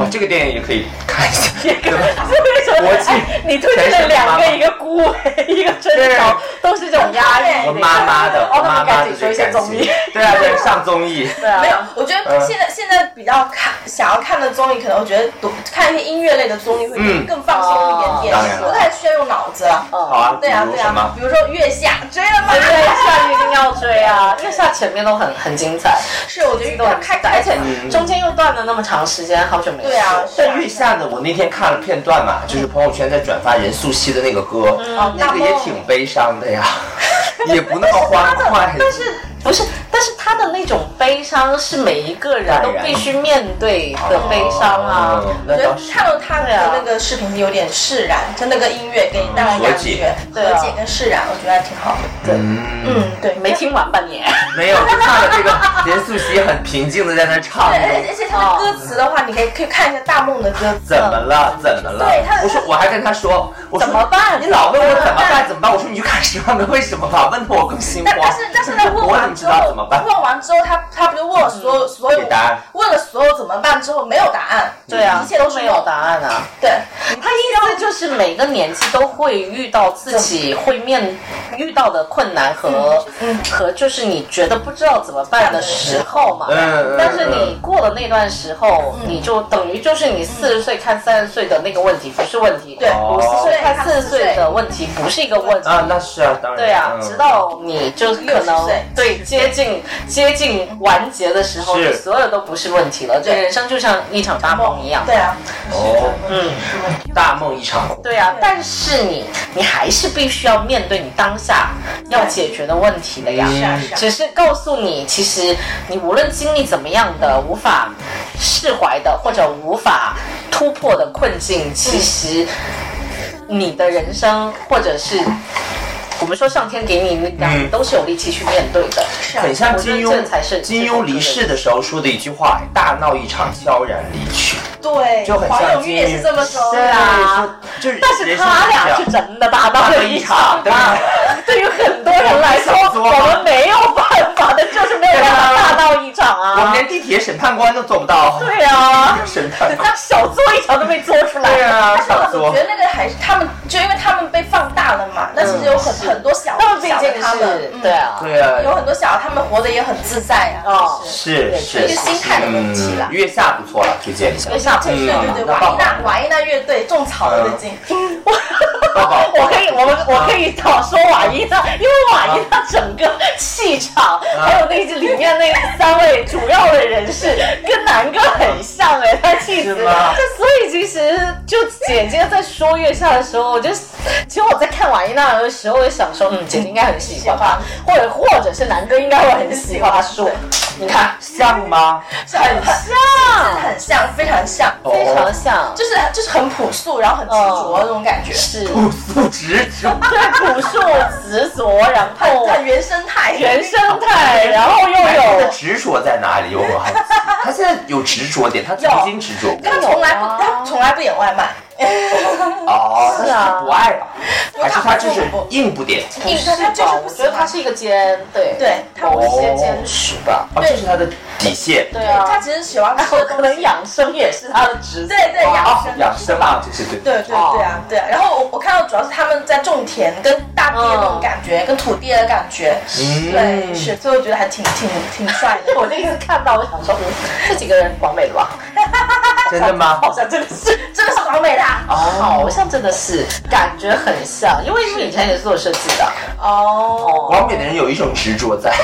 [SPEAKER 1] 哇，这个电影也可以看一下，对吧？
[SPEAKER 2] 为什么
[SPEAKER 1] 国？际
[SPEAKER 2] 哎，你推荐的两个，一个孤伟，一个春
[SPEAKER 1] 对
[SPEAKER 2] 潮，都是这种压抑
[SPEAKER 1] 我
[SPEAKER 2] 的。
[SPEAKER 1] 妈妈的，我
[SPEAKER 2] 哦，那
[SPEAKER 1] 妈
[SPEAKER 2] 你
[SPEAKER 1] 妈
[SPEAKER 2] 赶
[SPEAKER 1] 的
[SPEAKER 2] 紧说
[SPEAKER 1] 最
[SPEAKER 2] 一些
[SPEAKER 1] 感
[SPEAKER 2] 综
[SPEAKER 1] 情
[SPEAKER 2] 艺。，
[SPEAKER 1] 对啊，对，上综艺，
[SPEAKER 2] 对啊，
[SPEAKER 3] 没有，我觉得
[SPEAKER 1] 嗯
[SPEAKER 3] 现在、现在比较看想要看的综艺，可能我觉得读看一些音乐类的综艺会
[SPEAKER 1] 嗯
[SPEAKER 3] 更放松一点点，
[SPEAKER 1] 哦当然了
[SPEAKER 3] 不太需要用脑子了。
[SPEAKER 1] 好啊，
[SPEAKER 3] 对啊
[SPEAKER 1] 比如
[SPEAKER 3] 对
[SPEAKER 1] 什
[SPEAKER 3] 啊
[SPEAKER 1] 么，？
[SPEAKER 3] 比如说月下，追了吗？
[SPEAKER 2] 月下一定要追啊！月下前面都很很精彩，
[SPEAKER 3] 是，我觉
[SPEAKER 2] 都
[SPEAKER 3] 得
[SPEAKER 2] 很精
[SPEAKER 3] 看看
[SPEAKER 2] 彩，而且
[SPEAKER 1] 嗯
[SPEAKER 2] 中间又断了那么长时间，好久没
[SPEAKER 3] 对啊，
[SPEAKER 2] 说
[SPEAKER 3] 是啊
[SPEAKER 1] 但月下呢，我那天看了片段嘛，就是朋友圈在转发任素汐的那个歌，那个也挺悲伤的呀， 也不那么欢快，
[SPEAKER 2] 但是不是？但是他的那种悲伤是每一个人都必须面对的悲伤啊。
[SPEAKER 1] 嗯
[SPEAKER 3] 我
[SPEAKER 1] 那
[SPEAKER 3] 觉
[SPEAKER 1] 倒
[SPEAKER 3] 得
[SPEAKER 1] 是
[SPEAKER 3] 看到他的那个视频有点释然，就那个音乐给你带来感觉
[SPEAKER 2] 和解
[SPEAKER 3] 和解跟释然，我觉得还挺好的。对，嗯，对，
[SPEAKER 2] 没听完吧你？
[SPEAKER 1] 没有，就看了这个任素汐很平静的在那唱
[SPEAKER 3] 对，而且而且他的歌词的话，你可以可以看一下大梦的歌词。
[SPEAKER 1] 怎么
[SPEAKER 2] 嗯
[SPEAKER 1] 了？怎么了？
[SPEAKER 3] 对他
[SPEAKER 1] 我说我还跟他说，我说
[SPEAKER 2] 怎么办
[SPEAKER 1] 你老问我怎么办？怎么办？我说你去看《十万个为什么》吧，问的我更心慌
[SPEAKER 3] 但。但是但是 他问
[SPEAKER 1] 我怎
[SPEAKER 3] 完
[SPEAKER 1] 么知
[SPEAKER 3] 之
[SPEAKER 1] 道
[SPEAKER 3] 后，
[SPEAKER 1] 怎么办？
[SPEAKER 3] 问完之后，他他不就问了所有所有
[SPEAKER 1] 给答案
[SPEAKER 3] 问了所有怎么办之后没有答案，
[SPEAKER 2] 对啊，
[SPEAKER 3] 一切都是
[SPEAKER 2] 没有答案啊。
[SPEAKER 3] 对，
[SPEAKER 2] 他意思就是每个年纪都会遇到自己会面遇到的困难和、和就是你觉得不知道怎么办的时候嘛。
[SPEAKER 1] 嗯嗯
[SPEAKER 2] 但是你过了那段时候，你就等于就是你四十岁看三十岁的那个问题不是问题，
[SPEAKER 3] 对
[SPEAKER 2] 五十岁
[SPEAKER 3] 对
[SPEAKER 2] 看四十岁的问题不是一个问题。
[SPEAKER 1] 啊，那是啊，当然。
[SPEAKER 2] 对啊，
[SPEAKER 1] 嗯
[SPEAKER 2] 直到你就可
[SPEAKER 3] 60
[SPEAKER 2] 能
[SPEAKER 3] 岁
[SPEAKER 2] 对接近接近完结的时候，
[SPEAKER 1] 是
[SPEAKER 2] 你所有都不是问题了。这
[SPEAKER 3] 对
[SPEAKER 2] 人生就像一场大梦一样。
[SPEAKER 3] 对啊，
[SPEAKER 1] 哦，
[SPEAKER 2] 嗯。
[SPEAKER 1] 大梦一场空。
[SPEAKER 2] 对啊，但是你你还是必须要面对你当下要解决的问题的呀。
[SPEAKER 3] 是啊是啊，
[SPEAKER 2] 只是告诉你，其实你无论经历怎么样的无法释怀的或者无法突破的困境，
[SPEAKER 1] 嗯
[SPEAKER 2] 其实你的人生或者是我们说上天给你力量，
[SPEAKER 1] 嗯
[SPEAKER 2] 你都是有力气去面对的。
[SPEAKER 3] 是啊
[SPEAKER 1] 很像金
[SPEAKER 2] 我觉得这才是
[SPEAKER 1] 庸，金庸离世的时候说的一句话：“大闹一场，悄然离去。
[SPEAKER 3] 对，”
[SPEAKER 1] 就很
[SPEAKER 3] 黄
[SPEAKER 1] 像
[SPEAKER 3] 永
[SPEAKER 1] 金
[SPEAKER 3] 玉
[SPEAKER 1] 庸。
[SPEAKER 3] 也是这么说
[SPEAKER 1] 对
[SPEAKER 3] 的。
[SPEAKER 1] 啊，就是
[SPEAKER 2] 但是
[SPEAKER 1] 人生
[SPEAKER 2] 他
[SPEAKER 1] 这
[SPEAKER 2] 俩
[SPEAKER 1] 样
[SPEAKER 2] 是真的大闹
[SPEAKER 1] 大闹
[SPEAKER 2] 了
[SPEAKER 1] 一
[SPEAKER 2] 一
[SPEAKER 1] 场
[SPEAKER 2] 场
[SPEAKER 1] 对吧
[SPEAKER 2] 啊！对于很多人来说，我们没有办法的，就是没有办法大闹一场
[SPEAKER 1] 我们
[SPEAKER 2] 啊！
[SPEAKER 1] 连地铁审判官都做不到。
[SPEAKER 2] 对啊，
[SPEAKER 1] 审判官。
[SPEAKER 2] 那小做一场都被做出来
[SPEAKER 1] 对
[SPEAKER 2] 了，
[SPEAKER 1] 啊，小
[SPEAKER 3] 但是我
[SPEAKER 1] 作
[SPEAKER 3] 觉。得那个还是他们，就因为他们被放大了嘛，那其实有很很多小
[SPEAKER 2] 那么毕
[SPEAKER 3] 小的
[SPEAKER 2] 竟
[SPEAKER 3] 他
[SPEAKER 2] 是
[SPEAKER 3] 们，嗯
[SPEAKER 2] 对啊，
[SPEAKER 1] 对啊，
[SPEAKER 3] 有很多小的他们活得也很自在啊。
[SPEAKER 2] 哦
[SPEAKER 3] 就是
[SPEAKER 1] 是
[SPEAKER 2] 对
[SPEAKER 1] 是
[SPEAKER 2] 这
[SPEAKER 3] 是心态的问题啦
[SPEAKER 1] 嗯，月下不错了，推荐一下。
[SPEAKER 2] 月下不
[SPEAKER 3] 对对
[SPEAKER 1] 嗯
[SPEAKER 3] 对对，
[SPEAKER 1] 那
[SPEAKER 3] 瓦
[SPEAKER 1] 棒
[SPEAKER 3] 伊娜瓦伊娜乐队种草了最近，
[SPEAKER 1] 好
[SPEAKER 2] 我可以，我们 我可以讨说瓦伊娜，因为瓦伊娜整个气场，还有那些里面那三位主要的人士，跟南哥很像哎、他气质。
[SPEAKER 1] 是吗
[SPEAKER 2] 就所以其实就姐姐在说月下的时候，我就其实我在看瓦伊娜的时候，我就想说，嗯，姐姐应该很喜欢吧，或者或者是南哥应该会很喜欢吧。说，你看，
[SPEAKER 1] 啊像吗？
[SPEAKER 2] 很像，
[SPEAKER 3] 很像，非常像，
[SPEAKER 2] 非常像，
[SPEAKER 3] 就是就是很朴素，然后很执着的那种感觉，
[SPEAKER 2] 是
[SPEAKER 1] 朴素执着。
[SPEAKER 2] 对朴素执着，然 后
[SPEAKER 3] 很原生态，
[SPEAKER 2] 哦原生 态，哎然后又
[SPEAKER 1] 哎他的
[SPEAKER 2] 有
[SPEAKER 1] 执着在哪里？我还他现在有执着点，他曾经执着过
[SPEAKER 3] 他从来不
[SPEAKER 2] 有啊
[SPEAKER 3] 他从来不点外卖，
[SPEAKER 1] 哦，但
[SPEAKER 2] 是
[SPEAKER 1] 是
[SPEAKER 2] 啊
[SPEAKER 1] 他不爱了，还是他就是
[SPEAKER 3] 不不
[SPEAKER 1] 硬不点，
[SPEAKER 3] 因为他他就是
[SPEAKER 2] 我
[SPEAKER 3] 不喜
[SPEAKER 2] 觉得
[SPEAKER 3] 欢
[SPEAKER 2] 他是一个坚，对哦
[SPEAKER 3] 对他
[SPEAKER 2] 某
[SPEAKER 1] 不
[SPEAKER 2] 一
[SPEAKER 1] 是
[SPEAKER 2] 些坚持吧，
[SPEAKER 1] 哦啊，这是他的底线。
[SPEAKER 2] 对
[SPEAKER 3] 他
[SPEAKER 2] 啊，
[SPEAKER 3] 其实喜欢吃
[SPEAKER 2] 我
[SPEAKER 3] 的
[SPEAKER 2] 可
[SPEAKER 3] 东西
[SPEAKER 2] 能养生也是他的职责，
[SPEAKER 3] 对对养生
[SPEAKER 1] 哦养生啊，这是对。
[SPEAKER 3] 对对对啊，对啊。然后我我看到主要是他们在种田，跟大地的那种感觉，跟土地的感觉，
[SPEAKER 1] 嗯
[SPEAKER 3] 对，是，所以我觉得还挺挺挺帅的。
[SPEAKER 2] 我第一次看到，我想说，嗯，这几个人完美了吧？
[SPEAKER 1] 嗯真的吗？
[SPEAKER 2] 好像真的是，
[SPEAKER 3] 真的是完美啦！
[SPEAKER 2] 好像真的是，感觉很像，因为你以前也是做设计 的，
[SPEAKER 3] 哦，
[SPEAKER 1] 广美的人有一种执着在，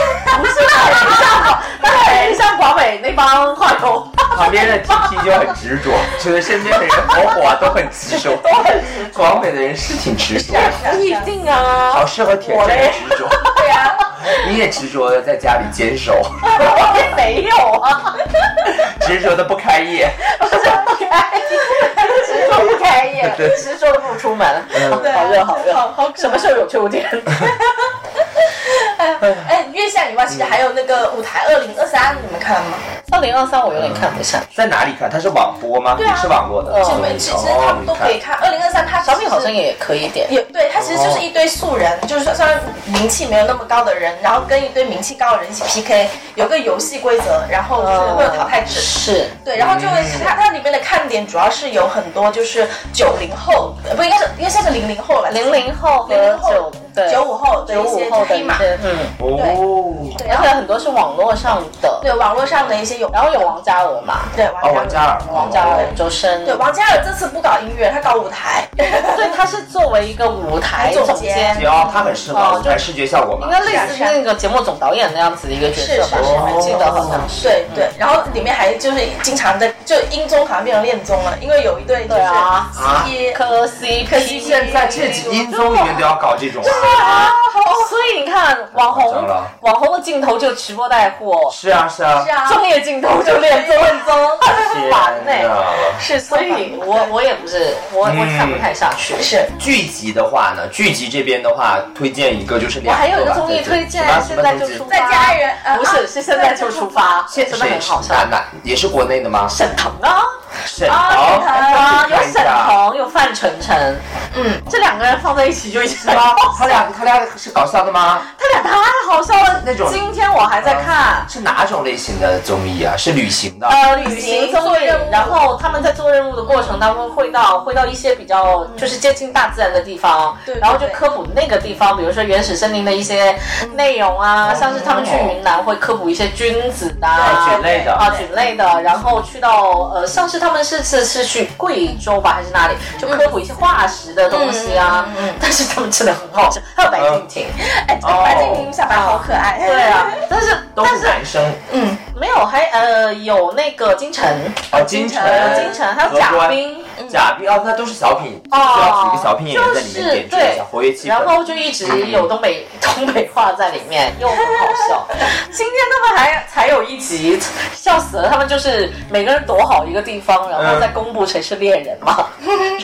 [SPEAKER 2] 不是他很像，他很像广美那帮画头，
[SPEAKER 1] 旁边的 TT 就很执 着，觉得身边的人火火啊都很执着。
[SPEAKER 2] 都很执着，
[SPEAKER 1] 广美的人是挺执着的，
[SPEAKER 2] 不 一定啊，
[SPEAKER 1] 好适合田
[SPEAKER 2] 我
[SPEAKER 1] 震
[SPEAKER 2] 嘞
[SPEAKER 1] 的执着。
[SPEAKER 3] 对啊，
[SPEAKER 1] 你也执着的在家里坚 守，
[SPEAKER 2] 我也没有啊，
[SPEAKER 1] 执着的不开业。
[SPEAKER 2] 执着不开业，执着不开业，
[SPEAKER 1] 对
[SPEAKER 2] 执着的付出。出门，好热好热，
[SPEAKER 3] 好好可爱
[SPEAKER 2] 什么时候有秋天？
[SPEAKER 3] 哎，月下以外，其实还有那个舞台二零二三，你们看了吗？
[SPEAKER 2] 二零二三我有点看不上，
[SPEAKER 1] 在哪里看？它是网播吗？
[SPEAKER 3] 对啊
[SPEAKER 1] 也是网络的。
[SPEAKER 2] 嗯
[SPEAKER 3] 其实
[SPEAKER 1] 哦
[SPEAKER 3] 每其实他们都可以。看。二零二三，它
[SPEAKER 2] 哦小品好像也可以一点。
[SPEAKER 3] 也对，它其实就是一堆素人，就是虽然名气没有那么高的人，然后跟一堆名气高的人一起 PK，有个游戏规则，然后就是会有淘汰制。
[SPEAKER 2] 是
[SPEAKER 3] 对，然后就会是
[SPEAKER 2] 嗯
[SPEAKER 3] 它它里面的看点主要是有很多就是九零后，呃不应该是应该算是零零后了，
[SPEAKER 2] 零零后和
[SPEAKER 3] 零零后
[SPEAKER 2] 九对
[SPEAKER 3] 九五后的
[SPEAKER 2] 九
[SPEAKER 3] 一
[SPEAKER 2] 五
[SPEAKER 3] 些
[SPEAKER 2] 后的
[SPEAKER 3] 黑
[SPEAKER 2] 一
[SPEAKER 3] 马，
[SPEAKER 2] 些，嗯，
[SPEAKER 1] 你看哦，
[SPEAKER 3] 对，
[SPEAKER 2] 而
[SPEAKER 3] 然
[SPEAKER 2] 且
[SPEAKER 3] 后
[SPEAKER 2] 很多是网络上的，
[SPEAKER 3] 对网络上的一些有，
[SPEAKER 2] 然后有王嘉尔嘛，
[SPEAKER 3] 对
[SPEAKER 1] 哦，王嘉尔，
[SPEAKER 2] 王嘉尔、周深，
[SPEAKER 3] 对，王嘉尔这次不搞音乐，他搞舞台。
[SPEAKER 2] 对，他是作为一个舞台
[SPEAKER 3] 总
[SPEAKER 2] 总
[SPEAKER 3] 监
[SPEAKER 2] 监
[SPEAKER 1] 只，要他很适合
[SPEAKER 2] 哦
[SPEAKER 1] 舞台视觉效果嘛
[SPEAKER 2] 应。该类似那个节目总导演那样子的一个角色吧，
[SPEAKER 3] 是
[SPEAKER 1] 是是
[SPEAKER 2] 我记得好像是。
[SPEAKER 3] 对对，然后里面还就是经常在就英综好像变成恋综了，因为有一对就是
[SPEAKER 2] 对啊
[SPEAKER 3] C
[SPEAKER 2] 磕 CP，
[SPEAKER 3] 磕 CP
[SPEAKER 1] 现在这几英综里面都要搞这种啊。
[SPEAKER 2] 啊，所以你看网
[SPEAKER 1] 夸张
[SPEAKER 2] 红
[SPEAKER 1] 了，
[SPEAKER 2] 网红的镜头就直播带货，
[SPEAKER 1] 是啊是啊
[SPEAKER 3] 是。啊，
[SPEAKER 2] 综艺的镜头就恋综，
[SPEAKER 3] 恋综
[SPEAKER 2] 很烦
[SPEAKER 1] 天
[SPEAKER 2] 呢。
[SPEAKER 1] 哪
[SPEAKER 3] 是，
[SPEAKER 2] 所以我我也不是我我看不太下去。
[SPEAKER 3] 是
[SPEAKER 1] 嗯剧集的话呢，剧集这边的话，推荐一个就是两个吧。
[SPEAKER 2] 我还有一个综艺推荐
[SPEAKER 1] 什么，
[SPEAKER 2] 现在就
[SPEAKER 1] 什
[SPEAKER 2] 出
[SPEAKER 1] 么
[SPEAKER 2] 发
[SPEAKER 3] 在家人呃
[SPEAKER 2] 不
[SPEAKER 3] 啊
[SPEAKER 2] 是是现在就出发，
[SPEAKER 1] 综艺
[SPEAKER 2] 真的很好
[SPEAKER 1] 谁
[SPEAKER 2] 笑。
[SPEAKER 1] 哪哪也是国内的吗？
[SPEAKER 2] 沈腾啊，
[SPEAKER 1] 沈腾，
[SPEAKER 2] 啊，沈腾啊，有
[SPEAKER 1] 看一
[SPEAKER 2] 沈
[SPEAKER 1] 下。
[SPEAKER 2] 腾，有范丞丞，
[SPEAKER 3] 嗯，
[SPEAKER 2] 这两个人放在一起就已经
[SPEAKER 1] 是吗？他俩他俩是搞笑的吗？
[SPEAKER 2] 他俩太好笑了。
[SPEAKER 1] 那种
[SPEAKER 2] 今天我还在看，
[SPEAKER 1] 是哪种类型的综艺啊？是旅行的。
[SPEAKER 2] 呃，旅行
[SPEAKER 3] 行
[SPEAKER 2] 综
[SPEAKER 3] 做
[SPEAKER 2] 艺
[SPEAKER 3] 任，务
[SPEAKER 2] 然后他们在做任务的过程当中会到会到一些比较就是接近大自然的地方，
[SPEAKER 3] 对对
[SPEAKER 2] 然后就
[SPEAKER 3] 对
[SPEAKER 2] 科普那个地方，比如说原始森林的一些内容啊，像是他们去云南会科普一些菌子的啊
[SPEAKER 1] 对菌类的
[SPEAKER 2] 啊菌类的，然后去到呃像是他们是是是去贵州吧还是哪里，就科普一些化石的东西啊，但是他们真的很好笑，还有白敬亭，
[SPEAKER 3] 哎，这个白敬亭小白好可爱，
[SPEAKER 2] 哦
[SPEAKER 3] 嗯
[SPEAKER 2] 对 啊，但是
[SPEAKER 1] 都
[SPEAKER 2] 但
[SPEAKER 1] 是
[SPEAKER 2] 是嗯
[SPEAKER 1] 男生
[SPEAKER 2] 没有还呃有那个金晨，
[SPEAKER 1] 啊，金晨
[SPEAKER 3] 呃、
[SPEAKER 2] 金晨还有
[SPEAKER 1] 何
[SPEAKER 2] 贾
[SPEAKER 1] 欢、
[SPEAKER 2] 冰。嗯
[SPEAKER 1] 贾冰啊，那都是小品，
[SPEAKER 2] 哦
[SPEAKER 1] 需要几个小品演员在里
[SPEAKER 2] 就
[SPEAKER 1] 面点
[SPEAKER 2] 是
[SPEAKER 1] 缀一下，
[SPEAKER 2] 对
[SPEAKER 1] 活跃气
[SPEAKER 2] 然
[SPEAKER 1] 氛。
[SPEAKER 2] 后就一直有东北、 东北话在里面，又很好笑。今天他们还才有一集，笑死了。他们就是每个人躲好一个地方，然
[SPEAKER 1] 嗯
[SPEAKER 2] 后再公布谁是猎人嘛，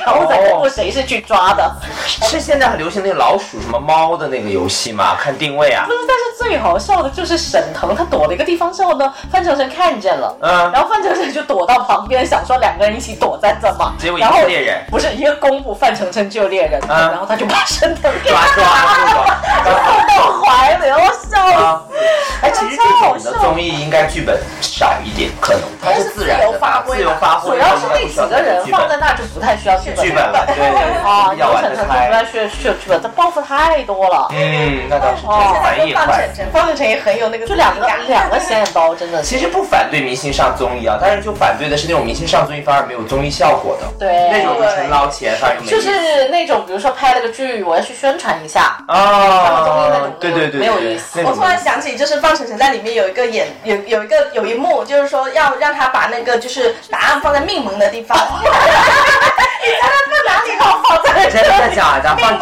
[SPEAKER 2] 然后再公布
[SPEAKER 1] 哦
[SPEAKER 2] 谁是去抓的。
[SPEAKER 1] 是现在很流行那个老鼠什么猫的那个游戏嘛？看定位啊
[SPEAKER 2] 不，是，但是最好笑的就是沈腾，他躲了一个地方之后呢，范丞丞看见了，
[SPEAKER 1] 嗯
[SPEAKER 2] 然后范丞丞就躲到旁边，想说两个人一起躲在这嘛，
[SPEAKER 1] 结果一个
[SPEAKER 2] 然后
[SPEAKER 1] 猎人
[SPEAKER 2] 不是一个公布范丞丞就猎人，
[SPEAKER 1] 嗯
[SPEAKER 2] 然后他就把沈腾给
[SPEAKER 1] 抓抓
[SPEAKER 2] 就
[SPEAKER 1] 那
[SPEAKER 2] 放
[SPEAKER 1] 种。
[SPEAKER 2] 到怀里，我笑
[SPEAKER 1] 啊
[SPEAKER 2] 死。，
[SPEAKER 1] 哎，其实这种的综艺应该剧本少一点，可能它是自然的吧，
[SPEAKER 3] 应该
[SPEAKER 1] 自
[SPEAKER 3] 是自由发挥
[SPEAKER 1] 由
[SPEAKER 3] 吧
[SPEAKER 1] 发挥，
[SPEAKER 2] 主要是那几个人
[SPEAKER 1] 剧
[SPEAKER 2] 放在
[SPEAKER 1] 本
[SPEAKER 2] 那就不太需要剧本
[SPEAKER 1] 剧本了，对对
[SPEAKER 2] 啊，
[SPEAKER 1] 对，要
[SPEAKER 2] 有
[SPEAKER 1] 玩
[SPEAKER 2] 沈
[SPEAKER 1] 的
[SPEAKER 2] 腾就不太
[SPEAKER 1] 开，
[SPEAKER 2] 需要需要剧本，他包袱太多了，
[SPEAKER 1] 嗯，那倒是，
[SPEAKER 2] 哦
[SPEAKER 1] 反应也
[SPEAKER 3] 方
[SPEAKER 1] 快
[SPEAKER 3] 程。程，方程程也很有那个
[SPEAKER 2] 就两个
[SPEAKER 3] 自己感
[SPEAKER 2] 两个 显眼包，真的是
[SPEAKER 1] 其实不反对明星上综艺啊，但是就反对的是那种明星上综艺反而没有综艺效果的，
[SPEAKER 2] 对
[SPEAKER 1] 那种就纯捞钱，反而又没意思
[SPEAKER 2] 就是那种，比如说拍了个剧，我要去宣传一下，上综艺那
[SPEAKER 1] 啊
[SPEAKER 2] 种，
[SPEAKER 1] 对对对，
[SPEAKER 2] 没有意思
[SPEAKER 1] 那
[SPEAKER 3] 我
[SPEAKER 1] 种
[SPEAKER 3] 突然想起，就是方程程在里面有一个演有有一个有一幕，就是说要让他把那个就是答案放在命门的地方。你看他不拿你好放在
[SPEAKER 1] 真的假的？放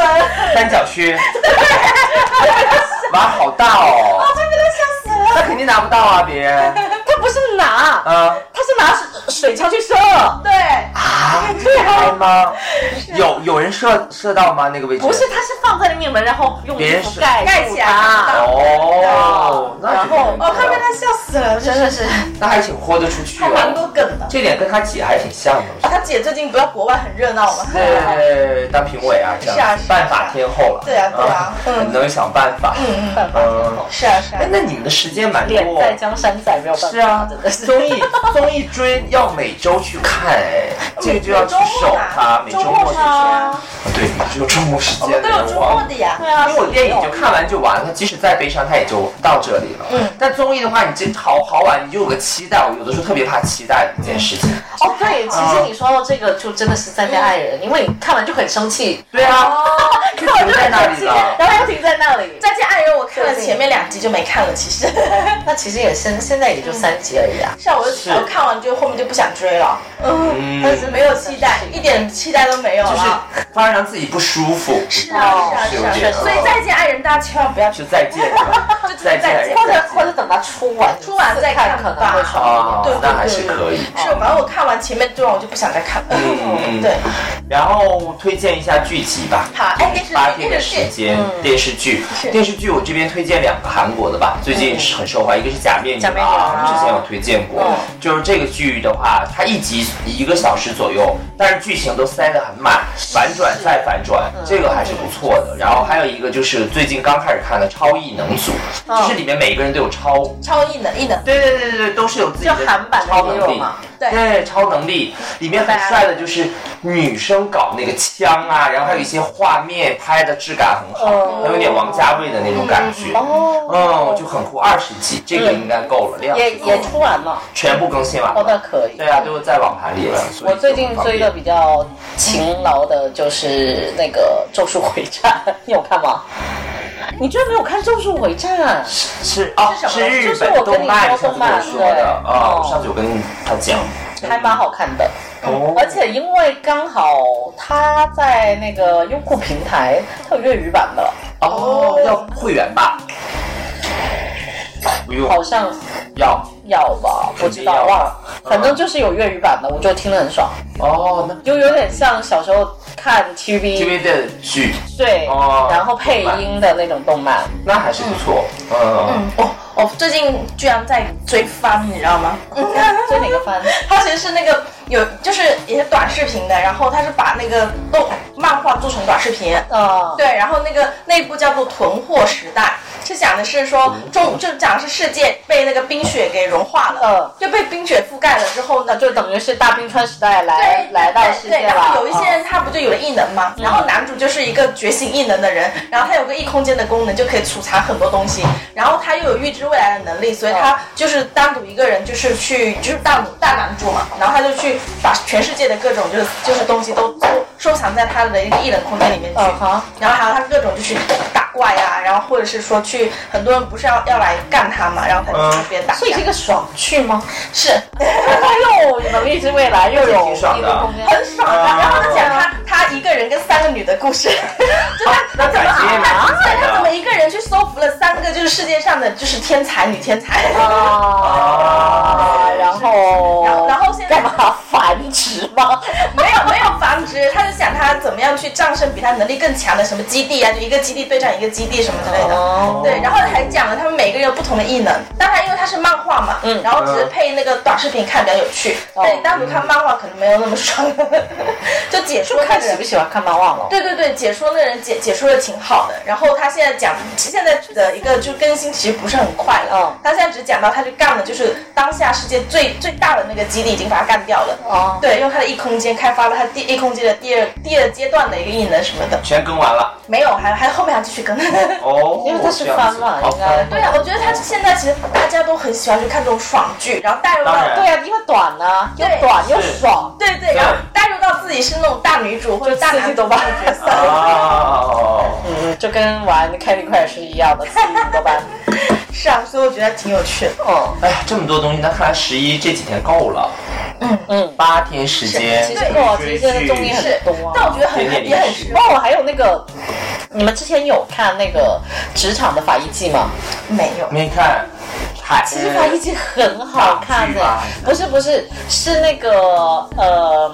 [SPEAKER 1] 三角区，哇，好大哦！
[SPEAKER 3] 这边都笑死了。
[SPEAKER 1] 那肯定拿不到啊，别人
[SPEAKER 2] 他不是拿，
[SPEAKER 1] 啊
[SPEAKER 2] 他是拿水水枪去射，
[SPEAKER 3] 对，
[SPEAKER 1] 啊，厉害吗？有有人射射到吗？那个位置
[SPEAKER 2] 不是，他是放在那面门，然后用
[SPEAKER 1] 别
[SPEAKER 2] 衣
[SPEAKER 1] 人
[SPEAKER 2] 服
[SPEAKER 1] 是
[SPEAKER 2] 盖
[SPEAKER 3] 盖
[SPEAKER 2] 住
[SPEAKER 3] 起来
[SPEAKER 2] 它。
[SPEAKER 1] 哦，那
[SPEAKER 2] 然后
[SPEAKER 3] 我看被他笑死了，真
[SPEAKER 2] 真的是，
[SPEAKER 1] 那还挺豁得出去
[SPEAKER 3] 还蛮多
[SPEAKER 1] 哦，
[SPEAKER 3] 梗的。
[SPEAKER 1] 这点跟他姐还挺像的。
[SPEAKER 3] 他姐最近不要国外很热闹吗？
[SPEAKER 1] 对，当评委啊，这
[SPEAKER 3] 是啊
[SPEAKER 1] 样
[SPEAKER 3] 是啊
[SPEAKER 1] 办法天后了。
[SPEAKER 3] 对啊对啊嗯
[SPEAKER 1] 很能想办法。
[SPEAKER 3] 嗯嗯，
[SPEAKER 2] 办法天后，
[SPEAKER 3] 是啊是啊
[SPEAKER 1] 哎，，那你们的时间蛮
[SPEAKER 2] 脸
[SPEAKER 1] 多。
[SPEAKER 2] 在江山在，没有办法，
[SPEAKER 1] 是 啊
[SPEAKER 2] 真的，是
[SPEAKER 1] 综艺综艺追要每周去看，哎，这个就要去守它，每周
[SPEAKER 3] 周
[SPEAKER 1] 末
[SPEAKER 3] 末
[SPEAKER 1] 去
[SPEAKER 3] 是
[SPEAKER 1] 守。
[SPEAKER 3] 啊，
[SPEAKER 1] 对，你们只有周末时
[SPEAKER 3] 我
[SPEAKER 1] 间
[SPEAKER 3] 们都有周末的呀。
[SPEAKER 2] 对啊，
[SPEAKER 1] 因为我电影就看完就完了，即使再悲伤，它也就到这里了。嗯，但综艺的话，你这好好玩，你就有个期待。我有的时候特别怕期待一件事情。
[SPEAKER 3] 嗯
[SPEAKER 2] 哦，对，其实你说到这个，就真的是三恋爱人，因为你看完就很生气，
[SPEAKER 1] 对
[SPEAKER 3] 哦
[SPEAKER 1] 啊，就
[SPEAKER 2] 看完
[SPEAKER 1] 停
[SPEAKER 2] 就
[SPEAKER 1] 在
[SPEAKER 2] 很
[SPEAKER 1] 那
[SPEAKER 2] 生
[SPEAKER 1] 里
[SPEAKER 2] 气，
[SPEAKER 1] 了。
[SPEAKER 2] 然后又停在那里。
[SPEAKER 3] 再见爱人，我看了前面两集就没看了，其实。
[SPEAKER 2] 那其实也现现在也就三集而已啊。
[SPEAKER 3] 像我
[SPEAKER 1] 是
[SPEAKER 3] 我看完就后面就不想追了，嗯，但是没有期待，一点期待都没有
[SPEAKER 1] 就是
[SPEAKER 3] 了。
[SPEAKER 1] 反而让自己不舒服，
[SPEAKER 3] 是啊，是
[SPEAKER 1] 有
[SPEAKER 3] 啊，是
[SPEAKER 1] 点
[SPEAKER 3] 啊，哦所以再见爱人，大家千万不要
[SPEAKER 1] 嗯
[SPEAKER 3] 去
[SPEAKER 1] 就再 见吧，再
[SPEAKER 3] 再见
[SPEAKER 1] 见，
[SPEAKER 2] 或者或者等他出完
[SPEAKER 3] 出完再看
[SPEAKER 2] 看，可能会
[SPEAKER 1] 啊
[SPEAKER 2] 爽一
[SPEAKER 3] 对对，
[SPEAKER 1] 那还是可以。
[SPEAKER 3] 是，反正我看完前面这段，我就不想再看了。
[SPEAKER 1] 嗯
[SPEAKER 3] 对，
[SPEAKER 1] 然后推荐一下剧集吧。
[SPEAKER 3] 好，哎，电视
[SPEAKER 1] 八
[SPEAKER 3] 剧，
[SPEAKER 1] 天的
[SPEAKER 3] 电
[SPEAKER 1] 时
[SPEAKER 3] 视剧，
[SPEAKER 1] 间，
[SPEAKER 3] 嗯
[SPEAKER 1] 电视剧，电视剧我这边推荐两个韩国的吧，最近是很受欢迎，一个是《假面女
[SPEAKER 3] 嗯假
[SPEAKER 1] 郎
[SPEAKER 3] 面女》，郎嗯
[SPEAKER 1] 之前有推荐过，就是这个剧的话，它一集一个小时左右，但是剧情都塞得很满，反转再反转，
[SPEAKER 3] 嗯
[SPEAKER 1] 这个还是不错的。然后还有一个就是最近刚开始看的《超异能组》，
[SPEAKER 3] 嗯
[SPEAKER 1] 就是里面每个人都有超，
[SPEAKER 3] 超异能，异能，
[SPEAKER 1] 对对对对对，都是有自己的
[SPEAKER 2] 就韩版的
[SPEAKER 1] 超
[SPEAKER 2] 也
[SPEAKER 1] 能
[SPEAKER 2] 有
[SPEAKER 1] 力
[SPEAKER 2] 嘛。
[SPEAKER 3] 对
[SPEAKER 1] 对，超能力里面很帅的就是女生搞那个枪啊，然后还有一些画面拍的质感很
[SPEAKER 2] 哦
[SPEAKER 1] 好，还有点王家卫的那种感觉，嗯，就很酷。二十集这个应该够了，量
[SPEAKER 2] 也
[SPEAKER 1] 是够
[SPEAKER 2] 也
[SPEAKER 1] 了
[SPEAKER 2] 出完了，
[SPEAKER 1] 全部更新完
[SPEAKER 2] 哦，那
[SPEAKER 1] 了。
[SPEAKER 2] 可以。
[SPEAKER 1] 对啊，都是在网盘里了。所以
[SPEAKER 2] 我最
[SPEAKER 1] 就
[SPEAKER 2] 近
[SPEAKER 1] 很方
[SPEAKER 2] 追
[SPEAKER 1] 便
[SPEAKER 2] 的比较勤劳的就是那个《咒术回战》，你有看吗？你居然没有看《咒术回战》？
[SPEAKER 1] 是啊，
[SPEAKER 3] 是什么
[SPEAKER 1] 是日
[SPEAKER 2] 就是
[SPEAKER 1] 本
[SPEAKER 2] 我跟
[SPEAKER 1] 动
[SPEAKER 2] 你
[SPEAKER 1] 漫，
[SPEAKER 2] 说
[SPEAKER 1] 上次跟
[SPEAKER 2] 动
[SPEAKER 1] 我
[SPEAKER 2] 漫
[SPEAKER 1] 说的
[SPEAKER 2] 对
[SPEAKER 1] 啊，
[SPEAKER 2] 哦
[SPEAKER 1] 我上次有跟他讲，
[SPEAKER 2] 还蛮好看的。
[SPEAKER 1] 哦
[SPEAKER 2] 而且因为刚好它在那个优酷平台，它有粤语版的，
[SPEAKER 1] 哦，要会员吧？不用，
[SPEAKER 2] 好像
[SPEAKER 1] 要
[SPEAKER 2] 要吧，不知
[SPEAKER 1] 要吧
[SPEAKER 2] 道忘了，
[SPEAKER 1] 嗯
[SPEAKER 2] 反正就是有粤语版的，我就听得很爽，
[SPEAKER 1] 哦，那
[SPEAKER 2] 就有点像小时候看 TV
[SPEAKER 1] TV 的剧
[SPEAKER 2] 对，
[SPEAKER 1] 哦
[SPEAKER 2] 然后配音的那种动漫，
[SPEAKER 1] 那还是不错，嗯，
[SPEAKER 3] 哦，我最近居然在追番，你知道吗？
[SPEAKER 2] 所以哪个番？
[SPEAKER 3] 它其实是那个有，就是也是短视频的，然后它是把那个动漫画做成短视频。
[SPEAKER 2] 啊，
[SPEAKER 3] 对，然后那个那一部叫做《囤货时代》，是讲的是说中，就讲的是世界被那个冰雪给融化了，就被冰雪覆盖了之后呢，就
[SPEAKER 2] 啊就等于是大冰川时代来
[SPEAKER 3] 对
[SPEAKER 2] 来到
[SPEAKER 3] 对
[SPEAKER 2] 世
[SPEAKER 3] 哎对
[SPEAKER 2] 界
[SPEAKER 3] 然
[SPEAKER 2] 了，哦啊嗯
[SPEAKER 3] 后有一些人他不就有了异能吗？然后男主就是一个觉醒异能的人，然后他有个异空间的功能，就可以储藏很多东西。然后他又有预知未来的能力，所以
[SPEAKER 2] 哦
[SPEAKER 3] 他就是单独一个人，就是去就是大大男主嘛，然后他就去把全世界的各种就是就是东西都都收藏在他的一个异能空间里面去。
[SPEAKER 2] 嗯好
[SPEAKER 3] 然后还有他各种就是打怪呀、然后或者是说去很多人不是要要来干他嘛，然后他就去边打架。
[SPEAKER 2] 所以这个爽剧吗？
[SPEAKER 3] 是。
[SPEAKER 2] 它又有能力之未来，又有
[SPEAKER 1] 挺爽的
[SPEAKER 2] 异度空间
[SPEAKER 3] 很爽的。
[SPEAKER 1] 啊
[SPEAKER 3] 然后他讲他他一个人跟三个女的故事， 就他
[SPEAKER 1] 那
[SPEAKER 3] 他怎么
[SPEAKER 1] 感觉也蛮
[SPEAKER 3] 他
[SPEAKER 1] 好
[SPEAKER 3] 对他
[SPEAKER 1] 的
[SPEAKER 3] 怎么一个人去收服了三个就是世界上的就是天才女天才。
[SPEAKER 2] 啊，然后
[SPEAKER 3] 然后然后现在
[SPEAKER 2] 干嘛繁殖吗？
[SPEAKER 3] 没有没有繁殖，他就想他怎么样去战胜比他能力更强的什么基地啊，就一个基地对战一个基地什么之类的。
[SPEAKER 2] 哦，
[SPEAKER 3] 对，然后还讲了他们每个人有不同的异能。当然，因为它是漫画嘛，嗯，然后只是配那个短视频看比较有趣。但你单独看漫画可能没有那么爽， 就解说那
[SPEAKER 2] 看
[SPEAKER 3] 个
[SPEAKER 2] 喜
[SPEAKER 3] 人
[SPEAKER 2] 不喜欢看漫画了？
[SPEAKER 3] 对对对，解说那人解解说的挺好的，然后他现在讲现在的一个就更新其实不是很快了，
[SPEAKER 2] 嗯
[SPEAKER 3] 他现在只讲到他去干了，就是当下世界最最大的那个基地已经把它干掉了，
[SPEAKER 2] 哦
[SPEAKER 3] 对，用他的异空间开发了他第异空间的第二第二阶段的一个异能什么的，
[SPEAKER 1] 全更完了
[SPEAKER 3] 没有，还还后面还继续跟。
[SPEAKER 1] 哦，
[SPEAKER 2] 因为它是番嘛
[SPEAKER 1] 这样子
[SPEAKER 2] 应该
[SPEAKER 1] 哦
[SPEAKER 3] 对啊，我觉得他现在其实大家都很喜欢去看这种爽剧，然后带入到
[SPEAKER 1] 当然
[SPEAKER 2] 对啊，因为短呢，又
[SPEAKER 3] 对
[SPEAKER 2] 短又
[SPEAKER 1] 是
[SPEAKER 2] 爽，
[SPEAKER 3] 对对，然后带入到自己是那种大女主或者大男主的角色。
[SPEAKER 1] 啊哦，
[SPEAKER 2] 嗯，就跟玩 Candy Crush 是一样的，四五个 班。
[SPEAKER 3] 是啊，所以我觉得挺有趣的。
[SPEAKER 2] 嗯，
[SPEAKER 1] 哎呀，这么多东西，那看来十一这几天够了，
[SPEAKER 2] 嗯
[SPEAKER 1] 八天时间，
[SPEAKER 2] 其实够了，其实现在
[SPEAKER 1] 追剧
[SPEAKER 2] 综艺很
[SPEAKER 3] 是
[SPEAKER 2] 多啊，
[SPEAKER 3] 但我觉得很
[SPEAKER 1] 点点
[SPEAKER 3] 也很
[SPEAKER 1] 历史
[SPEAKER 3] 适合
[SPEAKER 2] 哦，还有那个，你们之前有看那个职场的法医季吗？
[SPEAKER 3] 没有。
[SPEAKER 1] 没看，嗨，
[SPEAKER 2] 其实法医季很好看的、
[SPEAKER 1] 港哎剧吧
[SPEAKER 2] 不是不是，是那个呃，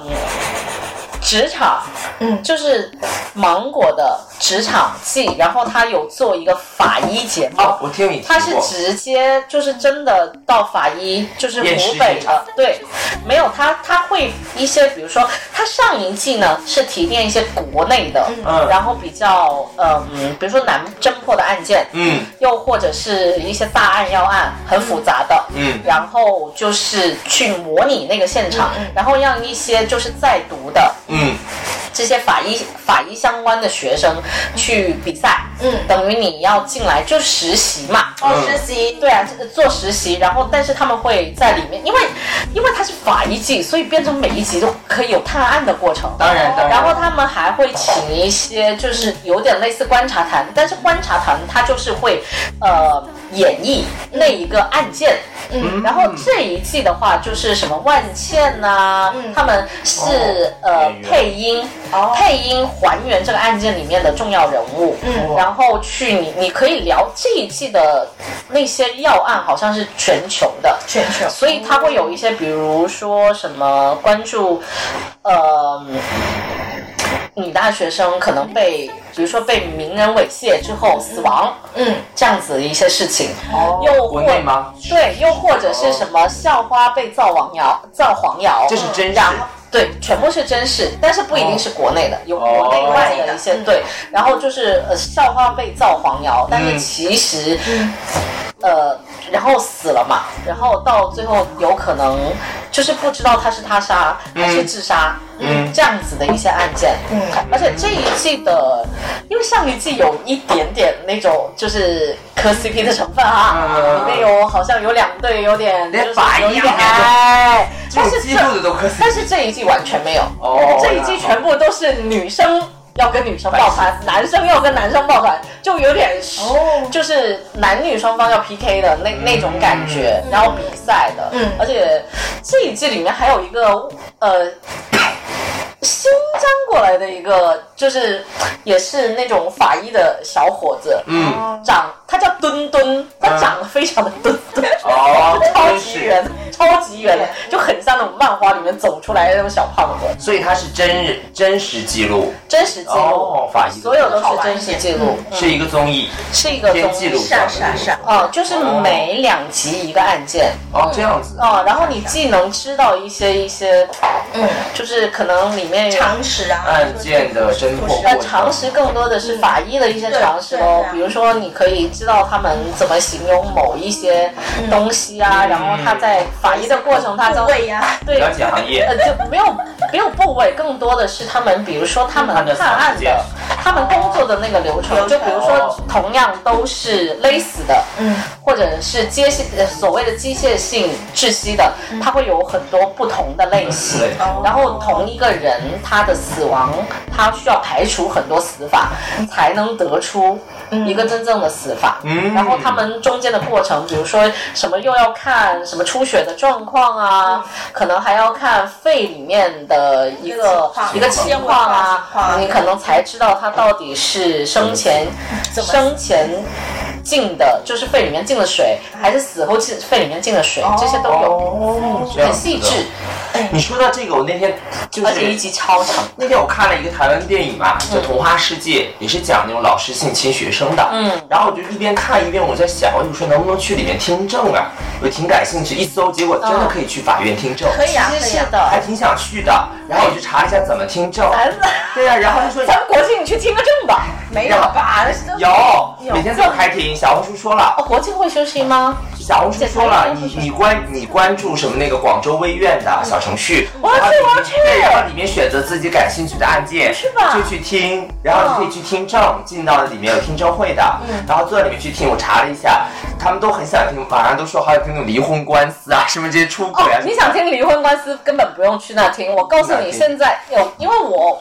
[SPEAKER 2] 职场，
[SPEAKER 3] 嗯
[SPEAKER 2] 就是芒果的职场季，然后他有做一个法医节目。
[SPEAKER 1] 哦，我听你提
[SPEAKER 2] 他是
[SPEAKER 1] 过，
[SPEAKER 2] 直接就是真的到法医，就是
[SPEAKER 1] 验
[SPEAKER 2] 湖
[SPEAKER 1] 尸
[SPEAKER 2] 北
[SPEAKER 1] 现
[SPEAKER 2] 的
[SPEAKER 1] 场，
[SPEAKER 2] 对，没有他他会一些，比如说他上一季呢是提炼一些国内的，
[SPEAKER 1] 嗯
[SPEAKER 2] 然后比较呃嗯，比如说难侦破的案件，
[SPEAKER 1] 嗯
[SPEAKER 2] 又或者是一些大案要案，很复杂的，
[SPEAKER 1] 嗯
[SPEAKER 2] 然后就是去模拟那个现场，
[SPEAKER 3] 嗯嗯
[SPEAKER 2] 然后让一些就是在读的
[SPEAKER 1] 嗯，
[SPEAKER 2] 这些法医法医相关的学生去比赛，
[SPEAKER 3] 嗯
[SPEAKER 2] 等于你要进来就实习嘛，
[SPEAKER 3] 哦，
[SPEAKER 1] 嗯
[SPEAKER 3] 实习，
[SPEAKER 2] 对啊，这做实习，然后但是他们会在里面，因为因为它是法医季，所以变成每一集都可以有探案的过程。
[SPEAKER 1] 当然当然
[SPEAKER 2] 然后他们还会请一些就是有点类似观察团，但是观察团它就是会呃演绎那一个案件。嗯，然后这一季的话就是什么万茜呐、
[SPEAKER 3] 嗯
[SPEAKER 2] 他们是、
[SPEAKER 1] 哦
[SPEAKER 2] 呃
[SPEAKER 1] 演员
[SPEAKER 2] 配音、
[SPEAKER 3] 哦
[SPEAKER 2] 配音还原这个案件里面的重要人物。
[SPEAKER 3] 嗯
[SPEAKER 2] 然后去你你可以聊这一季的那些要案，好像是全球的，
[SPEAKER 3] 全球
[SPEAKER 2] 所以它会有一些，比如说什么关注，呃。女大学生可能被，比如说被名人猥亵之后死亡，
[SPEAKER 3] 嗯，
[SPEAKER 2] 这样子的一些事情，
[SPEAKER 1] 哦
[SPEAKER 2] 又
[SPEAKER 1] 国
[SPEAKER 2] 或
[SPEAKER 1] 内吗
[SPEAKER 2] 对，又或者是什么校花被造王谣、造黄谣，
[SPEAKER 1] 哦这是真实
[SPEAKER 2] 然后对，全部是真事，但是不一定是国内的，有国内外的一些、
[SPEAKER 3] 哦
[SPEAKER 2] 对。然后就是呃，校花被造黄谣，但
[SPEAKER 1] 嗯
[SPEAKER 2] 是其实、呃，然后死了嘛，然后到最后有可能就是不知道他是他杀还是自杀，
[SPEAKER 1] 嗯
[SPEAKER 2] 这样子的一些案件，
[SPEAKER 3] 嗯
[SPEAKER 2] 而且这一季的，因为上一季有一点点那种就是磕 CP 的成分啊，
[SPEAKER 1] 嗯
[SPEAKER 2] 里面有好像有两对有点就
[SPEAKER 1] 连
[SPEAKER 2] 是
[SPEAKER 1] 法
[SPEAKER 2] 有
[SPEAKER 1] 医
[SPEAKER 2] 一
[SPEAKER 1] 都
[SPEAKER 2] 点
[SPEAKER 1] 没有
[SPEAKER 2] 哎，但
[SPEAKER 1] 这
[SPEAKER 2] 是
[SPEAKER 1] 种激动的
[SPEAKER 2] 这
[SPEAKER 1] 都磕 CP
[SPEAKER 2] 但是这一季完全没有，
[SPEAKER 1] 哦
[SPEAKER 2] 这一季全部都是女生。要跟女生抱团，男生要跟男生抱团，就有点
[SPEAKER 3] 哦
[SPEAKER 2] 就是男女双方要 PK 的那
[SPEAKER 1] 嗯
[SPEAKER 2] 那种感觉，然后比赛的，
[SPEAKER 3] 嗯
[SPEAKER 2] 而且这一季里面还有一个呃。新疆过来的一个，就是也是那种法医的小伙子，
[SPEAKER 1] 嗯，
[SPEAKER 2] 长他叫墩墩，他
[SPEAKER 1] 嗯
[SPEAKER 2] 长得非常的墩墩，
[SPEAKER 1] 哦，
[SPEAKER 2] 超
[SPEAKER 1] 真
[SPEAKER 2] 级
[SPEAKER 1] 是嗯
[SPEAKER 2] 圆，超级圆的，就很像那种漫画里面走出来的那种小胖子，
[SPEAKER 1] 所以它是真人真实记录，
[SPEAKER 2] 真实记录
[SPEAKER 1] 哦，法医的
[SPEAKER 2] 所有都是真实记录，
[SPEAKER 3] 嗯
[SPEAKER 1] 是一个综艺，
[SPEAKER 2] 是一个
[SPEAKER 1] 偏
[SPEAKER 2] 综
[SPEAKER 1] 记录
[SPEAKER 2] 艺，
[SPEAKER 3] 是啊是啊是啊，
[SPEAKER 2] 哦，就是每两集一个案件，
[SPEAKER 1] 哦，这样子，
[SPEAKER 2] 哦，然后你既能知道一些一些，
[SPEAKER 3] 嗯，
[SPEAKER 2] 就是可能里面有
[SPEAKER 3] 常识啊，
[SPEAKER 1] 案件的侦破
[SPEAKER 2] 呃常识更多的是法医的一些常识
[SPEAKER 3] 对对
[SPEAKER 2] 喽
[SPEAKER 3] 对，啊
[SPEAKER 2] 比如说你可以知道他们怎么形容某一些
[SPEAKER 3] 嗯
[SPEAKER 2] 东西啊，然后他在法医的过程他中
[SPEAKER 3] 部位呀，
[SPEAKER 2] 对
[SPEAKER 1] 了解行业
[SPEAKER 2] 呃，就没有没有部位，更多的是他们，比如说他们
[SPEAKER 1] 他的
[SPEAKER 2] 判案
[SPEAKER 1] 常
[SPEAKER 2] 的
[SPEAKER 1] 见，
[SPEAKER 2] 他们工作的那个流程，
[SPEAKER 3] 流程
[SPEAKER 2] 就比如
[SPEAKER 1] 哦
[SPEAKER 2] 说同样都是勒死的，
[SPEAKER 3] 嗯，
[SPEAKER 2] 或者是机械呃所谓的机械性窒息的，它会有很多不同的嗯类型。
[SPEAKER 1] 对，
[SPEAKER 3] 哦
[SPEAKER 2] 然后同一个人他的死亡，他需要排除很多死法，才能得出
[SPEAKER 3] 嗯
[SPEAKER 2] 一个真正的死法。
[SPEAKER 1] 嗯
[SPEAKER 2] 然后他们中间的过程，比如说什么又要看什么出血的状况
[SPEAKER 3] 嗯
[SPEAKER 2] 啊，可能还要看肺里面的一个一
[SPEAKER 3] 一
[SPEAKER 2] 个
[SPEAKER 3] 个
[SPEAKER 2] 情
[SPEAKER 3] 情况
[SPEAKER 2] 况啊
[SPEAKER 3] 情况啊，
[SPEAKER 2] 你可能才知道他到底是生前
[SPEAKER 3] 怎么
[SPEAKER 2] 生前。进的就是肺里面进了水，
[SPEAKER 3] 嗯
[SPEAKER 2] 还是死后进肺里面进了水，这些都有，
[SPEAKER 1] 哦，这样
[SPEAKER 2] 很
[SPEAKER 1] 子
[SPEAKER 2] 细
[SPEAKER 1] 的
[SPEAKER 2] 致，
[SPEAKER 1] 你说到这个，我那天就
[SPEAKER 2] 而且一
[SPEAKER 1] 是
[SPEAKER 2] 集嗯超长。
[SPEAKER 1] 那天我看了一个台湾电影嘛，叫《童话世界》，也是讲那种老师性侵学生的。嗯，然后我就一边看一边我在想，我说能不能去里面听证啊？我挺感兴趣，一搜结果真
[SPEAKER 2] 嗯
[SPEAKER 1] 的可以去法院听证，
[SPEAKER 3] 可以啊，
[SPEAKER 2] 其
[SPEAKER 3] 可
[SPEAKER 2] 实是
[SPEAKER 3] 以啊，
[SPEAKER 2] 的，
[SPEAKER 1] 还挺想去的。然后我就查了一下怎么听证，
[SPEAKER 2] 咱
[SPEAKER 1] 对呀、然后他 说
[SPEAKER 2] 咱们国庆你去听个证吧。
[SPEAKER 3] 没有吧？那是
[SPEAKER 1] 有，每天都开庭，小红书说了
[SPEAKER 2] 哦，，国庆会休息吗？
[SPEAKER 1] 小红书说了，你你关你关注什么那个广州微院的小程序，
[SPEAKER 2] 我要去
[SPEAKER 1] 然后里面
[SPEAKER 2] 我要去
[SPEAKER 1] 对，然后里面选择自己感兴趣的案件，
[SPEAKER 2] 是吧
[SPEAKER 1] 就去听，然后你可以去听证，进到里面有听证会的，
[SPEAKER 2] 嗯
[SPEAKER 1] 然后坐在里面去听。我查了一下，他们都很想听，晚上都说好想听那种离婚官司啊，什么这些出轨
[SPEAKER 2] 哦
[SPEAKER 1] 啊，，
[SPEAKER 2] 你想听离婚官司，根本不用去那听。我告诉
[SPEAKER 1] 哪
[SPEAKER 2] 你，
[SPEAKER 1] 听
[SPEAKER 2] 现在有，因为我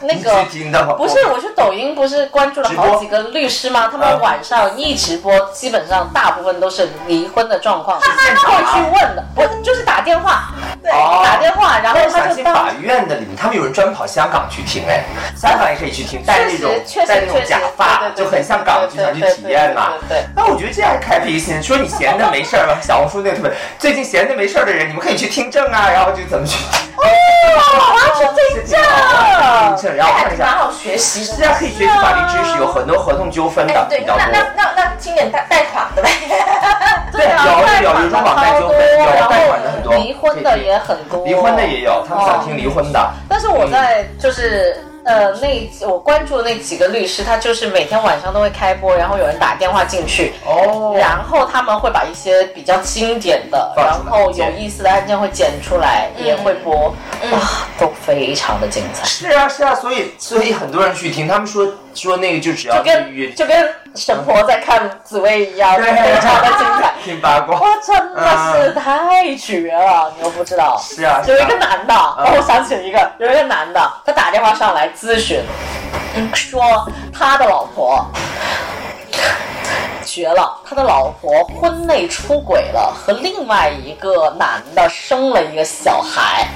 [SPEAKER 2] 那
[SPEAKER 1] 你
[SPEAKER 2] 个
[SPEAKER 1] 去听的吗
[SPEAKER 2] 不是，我去抖音不是关注了
[SPEAKER 1] 直播
[SPEAKER 2] 好几个律师吗？他们
[SPEAKER 1] 嗯
[SPEAKER 2] 晚上一直播，基本上大部分都是离婚的状况，
[SPEAKER 1] 是现场
[SPEAKER 2] 会
[SPEAKER 1] 啊
[SPEAKER 2] 去问的，不就是打电话，
[SPEAKER 3] 对
[SPEAKER 1] 哦
[SPEAKER 2] 打电话，然后
[SPEAKER 1] 但是
[SPEAKER 2] 他
[SPEAKER 1] 陕
[SPEAKER 2] 就
[SPEAKER 1] 西
[SPEAKER 2] 当
[SPEAKER 1] 法院的里面，他们有人专门跑香港去听，哎，香港也可以去听，戴那种
[SPEAKER 2] 确实
[SPEAKER 1] 戴那种
[SPEAKER 2] 确实
[SPEAKER 1] 假发，
[SPEAKER 2] 对对对
[SPEAKER 1] 就很像港剧想去体验嘛
[SPEAKER 2] 对对对对对对。
[SPEAKER 1] 那我觉得这样开辟一新，说你闲的没事儿，小红书那个特别，最近闲的没事儿的人，你们可以去听证啊，然后就怎么去
[SPEAKER 2] 哦，我要去听证。
[SPEAKER 1] 听证，然后
[SPEAKER 3] 还
[SPEAKER 1] 看一
[SPEAKER 3] 蛮
[SPEAKER 1] 下，
[SPEAKER 3] 好学习
[SPEAKER 1] 实
[SPEAKER 3] 的
[SPEAKER 1] 际。上可以学习法律知识，有很多合同纠纷
[SPEAKER 3] 哎
[SPEAKER 1] 的，
[SPEAKER 3] 对，
[SPEAKER 1] 比
[SPEAKER 3] 那
[SPEAKER 1] 较多。
[SPEAKER 3] 那那那听点贷贷款的呗。
[SPEAKER 2] 对啊，贷
[SPEAKER 1] 有有有
[SPEAKER 2] 款的
[SPEAKER 1] 中网
[SPEAKER 2] 超
[SPEAKER 1] 贷纠
[SPEAKER 2] 多，
[SPEAKER 1] 纷，
[SPEAKER 2] 然
[SPEAKER 1] 有
[SPEAKER 2] 后
[SPEAKER 1] 贷款的很多，
[SPEAKER 2] 离婚的也很多，
[SPEAKER 1] 离婚的也有，他们想听离婚的。
[SPEAKER 2] 但是我在
[SPEAKER 1] 嗯
[SPEAKER 2] 就是。呃，那我关注的那几个律师，他就是每天晚上都会开播，然后有人打电话进去，
[SPEAKER 1] 哦，
[SPEAKER 2] 然后他们会把一些比较经典的，
[SPEAKER 1] 放
[SPEAKER 2] 然
[SPEAKER 1] 出来嗯
[SPEAKER 2] 后有意思的案件会剪出来，也会播，哇，都非常的精彩，
[SPEAKER 1] 是啊是啊，所以所以很多人去听，他们说说那个就只要
[SPEAKER 2] 就跟就跟神婆在看紫薇一样，
[SPEAKER 1] 对
[SPEAKER 2] 非常的精彩。
[SPEAKER 1] 听八卦。
[SPEAKER 2] 哇，真的是太绝了，你又不知道。
[SPEAKER 1] 是啊是啊
[SPEAKER 2] 有一个男的，哦，我想起了一个，有一个男的，他打电话上来咨询，说他的老婆。觉了，他的老婆婚内出轨了，和另外一个男的生了一个小孩，